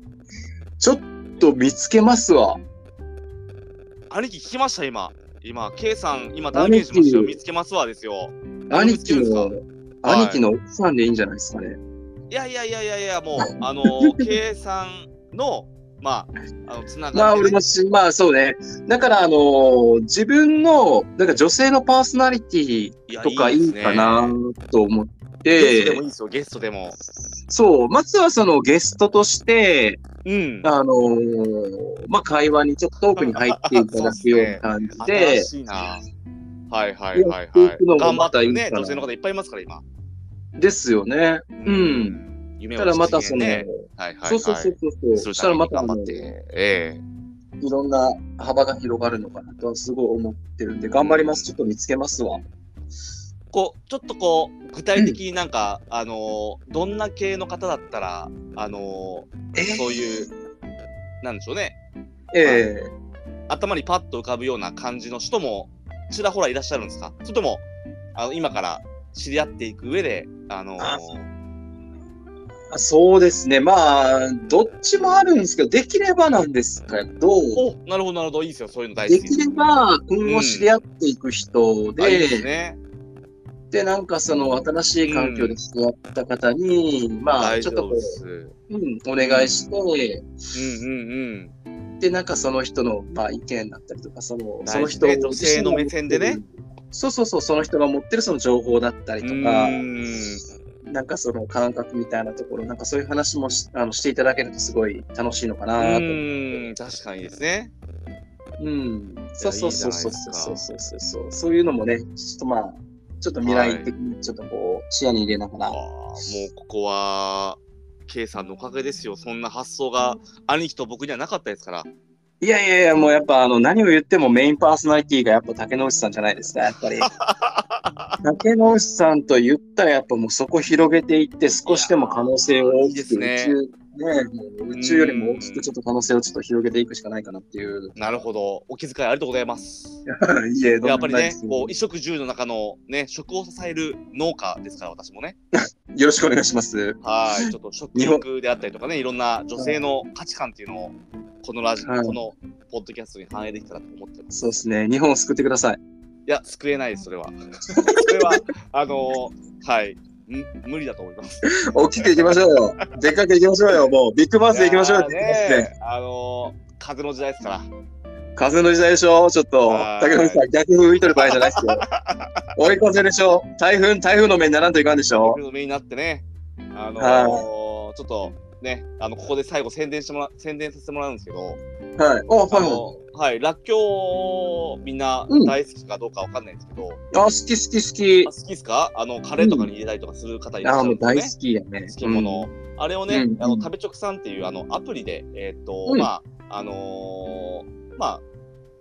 Speaker 2: ちょっと見つけますわ。
Speaker 1: 兄貴聞きました、今。今、K さん、今、断言しましたよ。
Speaker 2: 兄貴
Speaker 1: 見つけますわですよ。
Speaker 2: 兄貴の、
Speaker 1: はい
Speaker 2: 兄貴の奥さんでいいんじゃないですかね。
Speaker 1: いやいやいやいやい や、もう、あのー、K さんの、まあ、あの、つながり、
Speaker 2: まあ、俺もし、まあそうね。だから、あのー自分の、なんか女性のパーソナリティとかいいかなと思っ
Speaker 1: ゲストで
Speaker 2: て
Speaker 1: もいい、ですよ、ゲストでも。
Speaker 2: そう、まずはそのゲストとして、
Speaker 1: うん。
Speaker 2: あのーまあ会話にちょっとトークに入っていただくような感じ
Speaker 1: 新、
Speaker 2: で
Speaker 1: しいな。はいはいはいは
Speaker 2: やってい
Speaker 1: い
Speaker 2: くの。も
Speaker 1: 頑張
Speaker 2: ま
Speaker 1: って
Speaker 2: たい
Speaker 1: る
Speaker 2: いかな
Speaker 1: ね、女性の方いっぱいいますから、今。
Speaker 2: ですよね。。
Speaker 1: うん夢を
Speaker 2: ただまた
Speaker 1: 実
Speaker 2: そ
Speaker 1: 現
Speaker 2: の、
Speaker 1: ね。はいはいはい。
Speaker 2: そうそうそうそう。
Speaker 1: す
Speaker 2: そ
Speaker 1: る
Speaker 2: した
Speaker 1: た
Speaker 2: ら
Speaker 1: め
Speaker 2: ま
Speaker 1: に
Speaker 2: たあ
Speaker 1: 頑
Speaker 2: の、
Speaker 1: 張って。ええ
Speaker 2: いろんな幅が広がるのかなとはすごい思ってるんで、頑張ります。ちょっと見つけますわ。
Speaker 1: こうちょっとこう具体的になんか、あのーどんな系の方だったらあのーそういうなんでしょうね
Speaker 2: ええ
Speaker 1: 頭にパッと浮かぶような感じの人もちらほらいらっしゃるんですかそれともあの今から知り合っていく上であのー
Speaker 2: ああそうですね。まあ、どっちもあるんですけど、できればなんですけど、
Speaker 1: おなるほどなるほどいいですよそういうの大好
Speaker 2: で
Speaker 1: き
Speaker 2: きれば今後知り合っていく人
Speaker 1: あいいで
Speaker 2: で、
Speaker 1: すね
Speaker 2: で、なんかその新しい環境で知り合った方に、まあ、
Speaker 1: 大
Speaker 2: ち
Speaker 1: 丈
Speaker 2: ょ
Speaker 1: 夫
Speaker 2: っとこ
Speaker 1: ですう
Speaker 2: う、うん、お願いして、
Speaker 1: んうんうん
Speaker 2: で、なんかその人の、まあ、意見だったりとか、その、そ
Speaker 1: 大
Speaker 2: の
Speaker 1: 事
Speaker 2: 人
Speaker 1: ね女性の目線でね。
Speaker 2: そうそうそう、その人が持ってるその情報だった
Speaker 1: う
Speaker 2: りとか、
Speaker 1: ーん
Speaker 2: なんかその感覚みたいなところ、なんかそういう話もしあのしていただけるとすごい楽しいのか
Speaker 1: う
Speaker 2: なと。
Speaker 1: ーん確かにですね
Speaker 2: うん。そうそうそうそう
Speaker 1: いいじゃないですか
Speaker 2: そうそうそうそう。そういうのもね、ちょっとまあ、ちょっと未来的にちょっとこう、視野に入れなが
Speaker 1: あー
Speaker 2: ら。
Speaker 1: もうここは K さんのおかげですよそんな発想が兄貴と僕にはなかったですから
Speaker 2: いやいやいや、もうやっぱあの、何を言ってもメインパーソナリティがやっぱ竹野内さんじゃないですか、やっ ぱり。竹野内さんと言ったらやっぱもうそこ広げていって少しでも可能性を大きく
Speaker 1: いやーいい
Speaker 2: 宇
Speaker 1: です
Speaker 2: 宙
Speaker 1: ね
Speaker 2: ねもう宇宙よりも大きくちょっと可能性をちょっと広げていくしかないかなっ ていう。
Speaker 1: なるほどお気遣いありがとうございます
Speaker 2: いえ、どん
Speaker 1: や
Speaker 2: な
Speaker 1: っぱ
Speaker 2: こと
Speaker 1: り
Speaker 2: ない
Speaker 1: ね
Speaker 2: ですよ
Speaker 1: こう衣食住の中のね食を支える農家ですから私もね
Speaker 2: よろしくお願いします。
Speaker 1: はいちょっと食欲であったりとかねいろんな女性の価値観っていうのをこのラジオ、
Speaker 2: はい
Speaker 1: このポッドキャストに反映できたらと思ってます
Speaker 2: そうですね。日本を救ってください。
Speaker 1: いや救えないですそれ はそれはあのーはいむ無理だと思います
Speaker 2: 大きくいきましょう よ。でっかくいきましょうよ。もうビッグマウスでいきましょうよ。
Speaker 1: いやーねあのー風の時代ですから。
Speaker 2: 風の時代でしょちょっと
Speaker 1: は。い
Speaker 2: 竹野内さん、逆風吹いとる場合じゃな いですよ。追い風でしょ台風、台風の目にならんといかんでしょ
Speaker 1: 僕の目になってね、あのー
Speaker 2: はい
Speaker 1: ちょっとね、あのここで最後宣伝してもら宣伝させてもらうんですけど、
Speaker 2: はい。お、
Speaker 1: あ
Speaker 2: は
Speaker 1: のはい、らっきょうみんな
Speaker 2: うん
Speaker 1: 大好きかどうかわかんないんですけど、
Speaker 2: い。あ、好き好き好き
Speaker 1: あ好。きですか？あのカレーとかに入れたりとかする方いらっし
Speaker 2: あ、
Speaker 1: ゃる
Speaker 2: も
Speaker 1: ん
Speaker 2: う
Speaker 1: ですよね。
Speaker 2: 大好きやね。
Speaker 1: 漬物、あれをね、
Speaker 2: うん
Speaker 1: あの食べ直さんっていうあのアプリで、えーっと
Speaker 2: うん
Speaker 1: まああのーまあ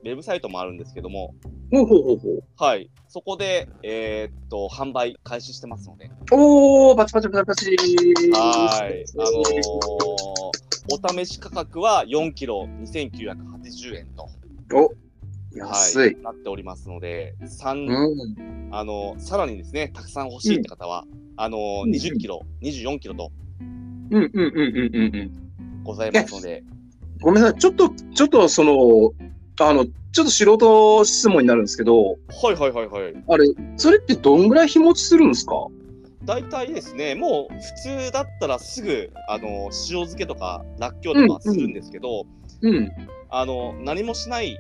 Speaker 1: ウェブサイトもあるんですけども、
Speaker 2: うん。ほうほうほうほう。
Speaker 1: はい、そこで、えーっと販売開始してますので、
Speaker 2: おー、パチパチパチパチ。
Speaker 1: はい。あのーお試し価格は4キロ2980円と、は
Speaker 2: 安い。
Speaker 1: なっておりますので、三
Speaker 2: うん。
Speaker 1: あのーさらにですね、たくさん欲しいって方は、あのー
Speaker 2: うん
Speaker 1: 20キロ、24キロと
Speaker 2: うんうんうんうんうんうん。
Speaker 1: ございますので、
Speaker 2: ごめんなさい、ちょっと、ちょっとその、あの、ちょっと素人質問になるんですけど、
Speaker 1: はいはいはいはい。
Speaker 2: あれ、それってどんぐらい日持ちするんですか
Speaker 1: 大体ですね、もう普通だったらすぐ、あのー塩漬けとか、らっきょうとかするんですけど、
Speaker 2: うん。
Speaker 1: あのー何もしない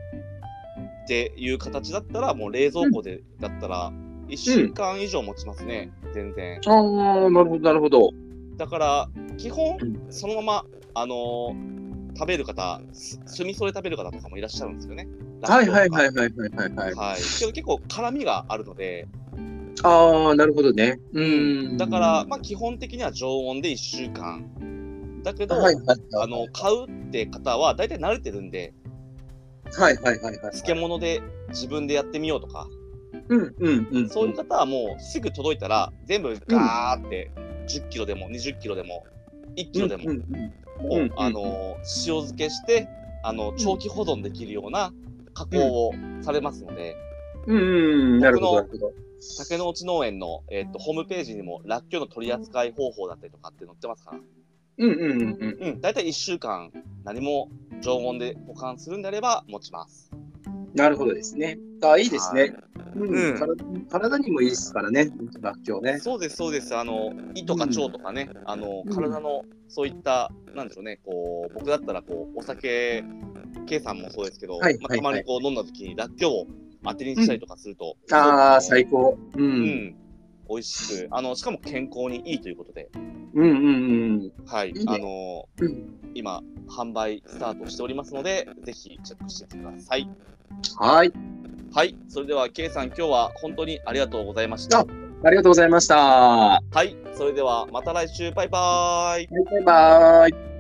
Speaker 1: っていう形だったら、もう冷蔵庫で、だったら、1週間以上持ちますね、全然。
Speaker 2: ああ、なるほど、なるほど。
Speaker 1: だから基本
Speaker 2: うん
Speaker 1: そのまま、あのー食べる方す酢味噌で食べる方とかもいらっしゃるんですよね。。
Speaker 2: はいはいはいいはいはいはい。はい、
Speaker 1: はい、けど結構辛みがあるので、
Speaker 2: ああ、なるほどね。うーん。
Speaker 1: だから、まあ、基本的には常温で1週間。だけど、
Speaker 2: はいはいはい。
Speaker 1: あの買うって方は大体慣れてるんで
Speaker 2: はいはいはいはい。
Speaker 1: 漬物で自分でやってみようとか、
Speaker 2: うんうんうん。
Speaker 1: そういう方はもうすぐ届いたら全部ガーって1 0キロでも2 0キロでも1キロでも
Speaker 2: うんうん
Speaker 1: を、
Speaker 2: うんうん
Speaker 1: あの塩漬けしてあの長期保存できるような加工をされますので、
Speaker 2: うん。うんうん、なるほど、な
Speaker 1: 僕の
Speaker 2: るほど。
Speaker 1: 竹之内農園の、えっとホームページにもらっきょうの取り扱い方法だったりとかって載ってますから、
Speaker 2: うんうんうんうん。
Speaker 1: うん、大体1週間何も常温で保管するんであれば持ちます。
Speaker 2: なるほどですね。あ、いいですね。うん
Speaker 3: うん
Speaker 2: から体にもいいですからね、らっきょうね。
Speaker 1: そうです、そうです。あの、胃とか腸とかね、あの
Speaker 2: うん、
Speaker 1: 体の、そういった、なんでしょうね、こう、僕だったら、こう、お酒、K さんもそうですけど、
Speaker 2: はい
Speaker 1: まあ
Speaker 2: はい
Speaker 1: たまにこう、飲んだ時に、らっきょうを当てにしたりとかすると、
Speaker 2: ああ、最高。う。
Speaker 1: うんん、美味しく、あの、しかも健康にいいということで、
Speaker 2: うんうんうん
Speaker 1: はい、
Speaker 2: いいね
Speaker 1: あの、
Speaker 2: うん。
Speaker 1: 今、販売スタートしておりますので、ぜひチェックしてみてください。
Speaker 2: はい。
Speaker 1: はい、それでは K さん、今日は本当にありがとうございました。
Speaker 2: あありがとうございました。は
Speaker 1: はい、それではまた来週、バイバーイ。
Speaker 2: いバイバイ。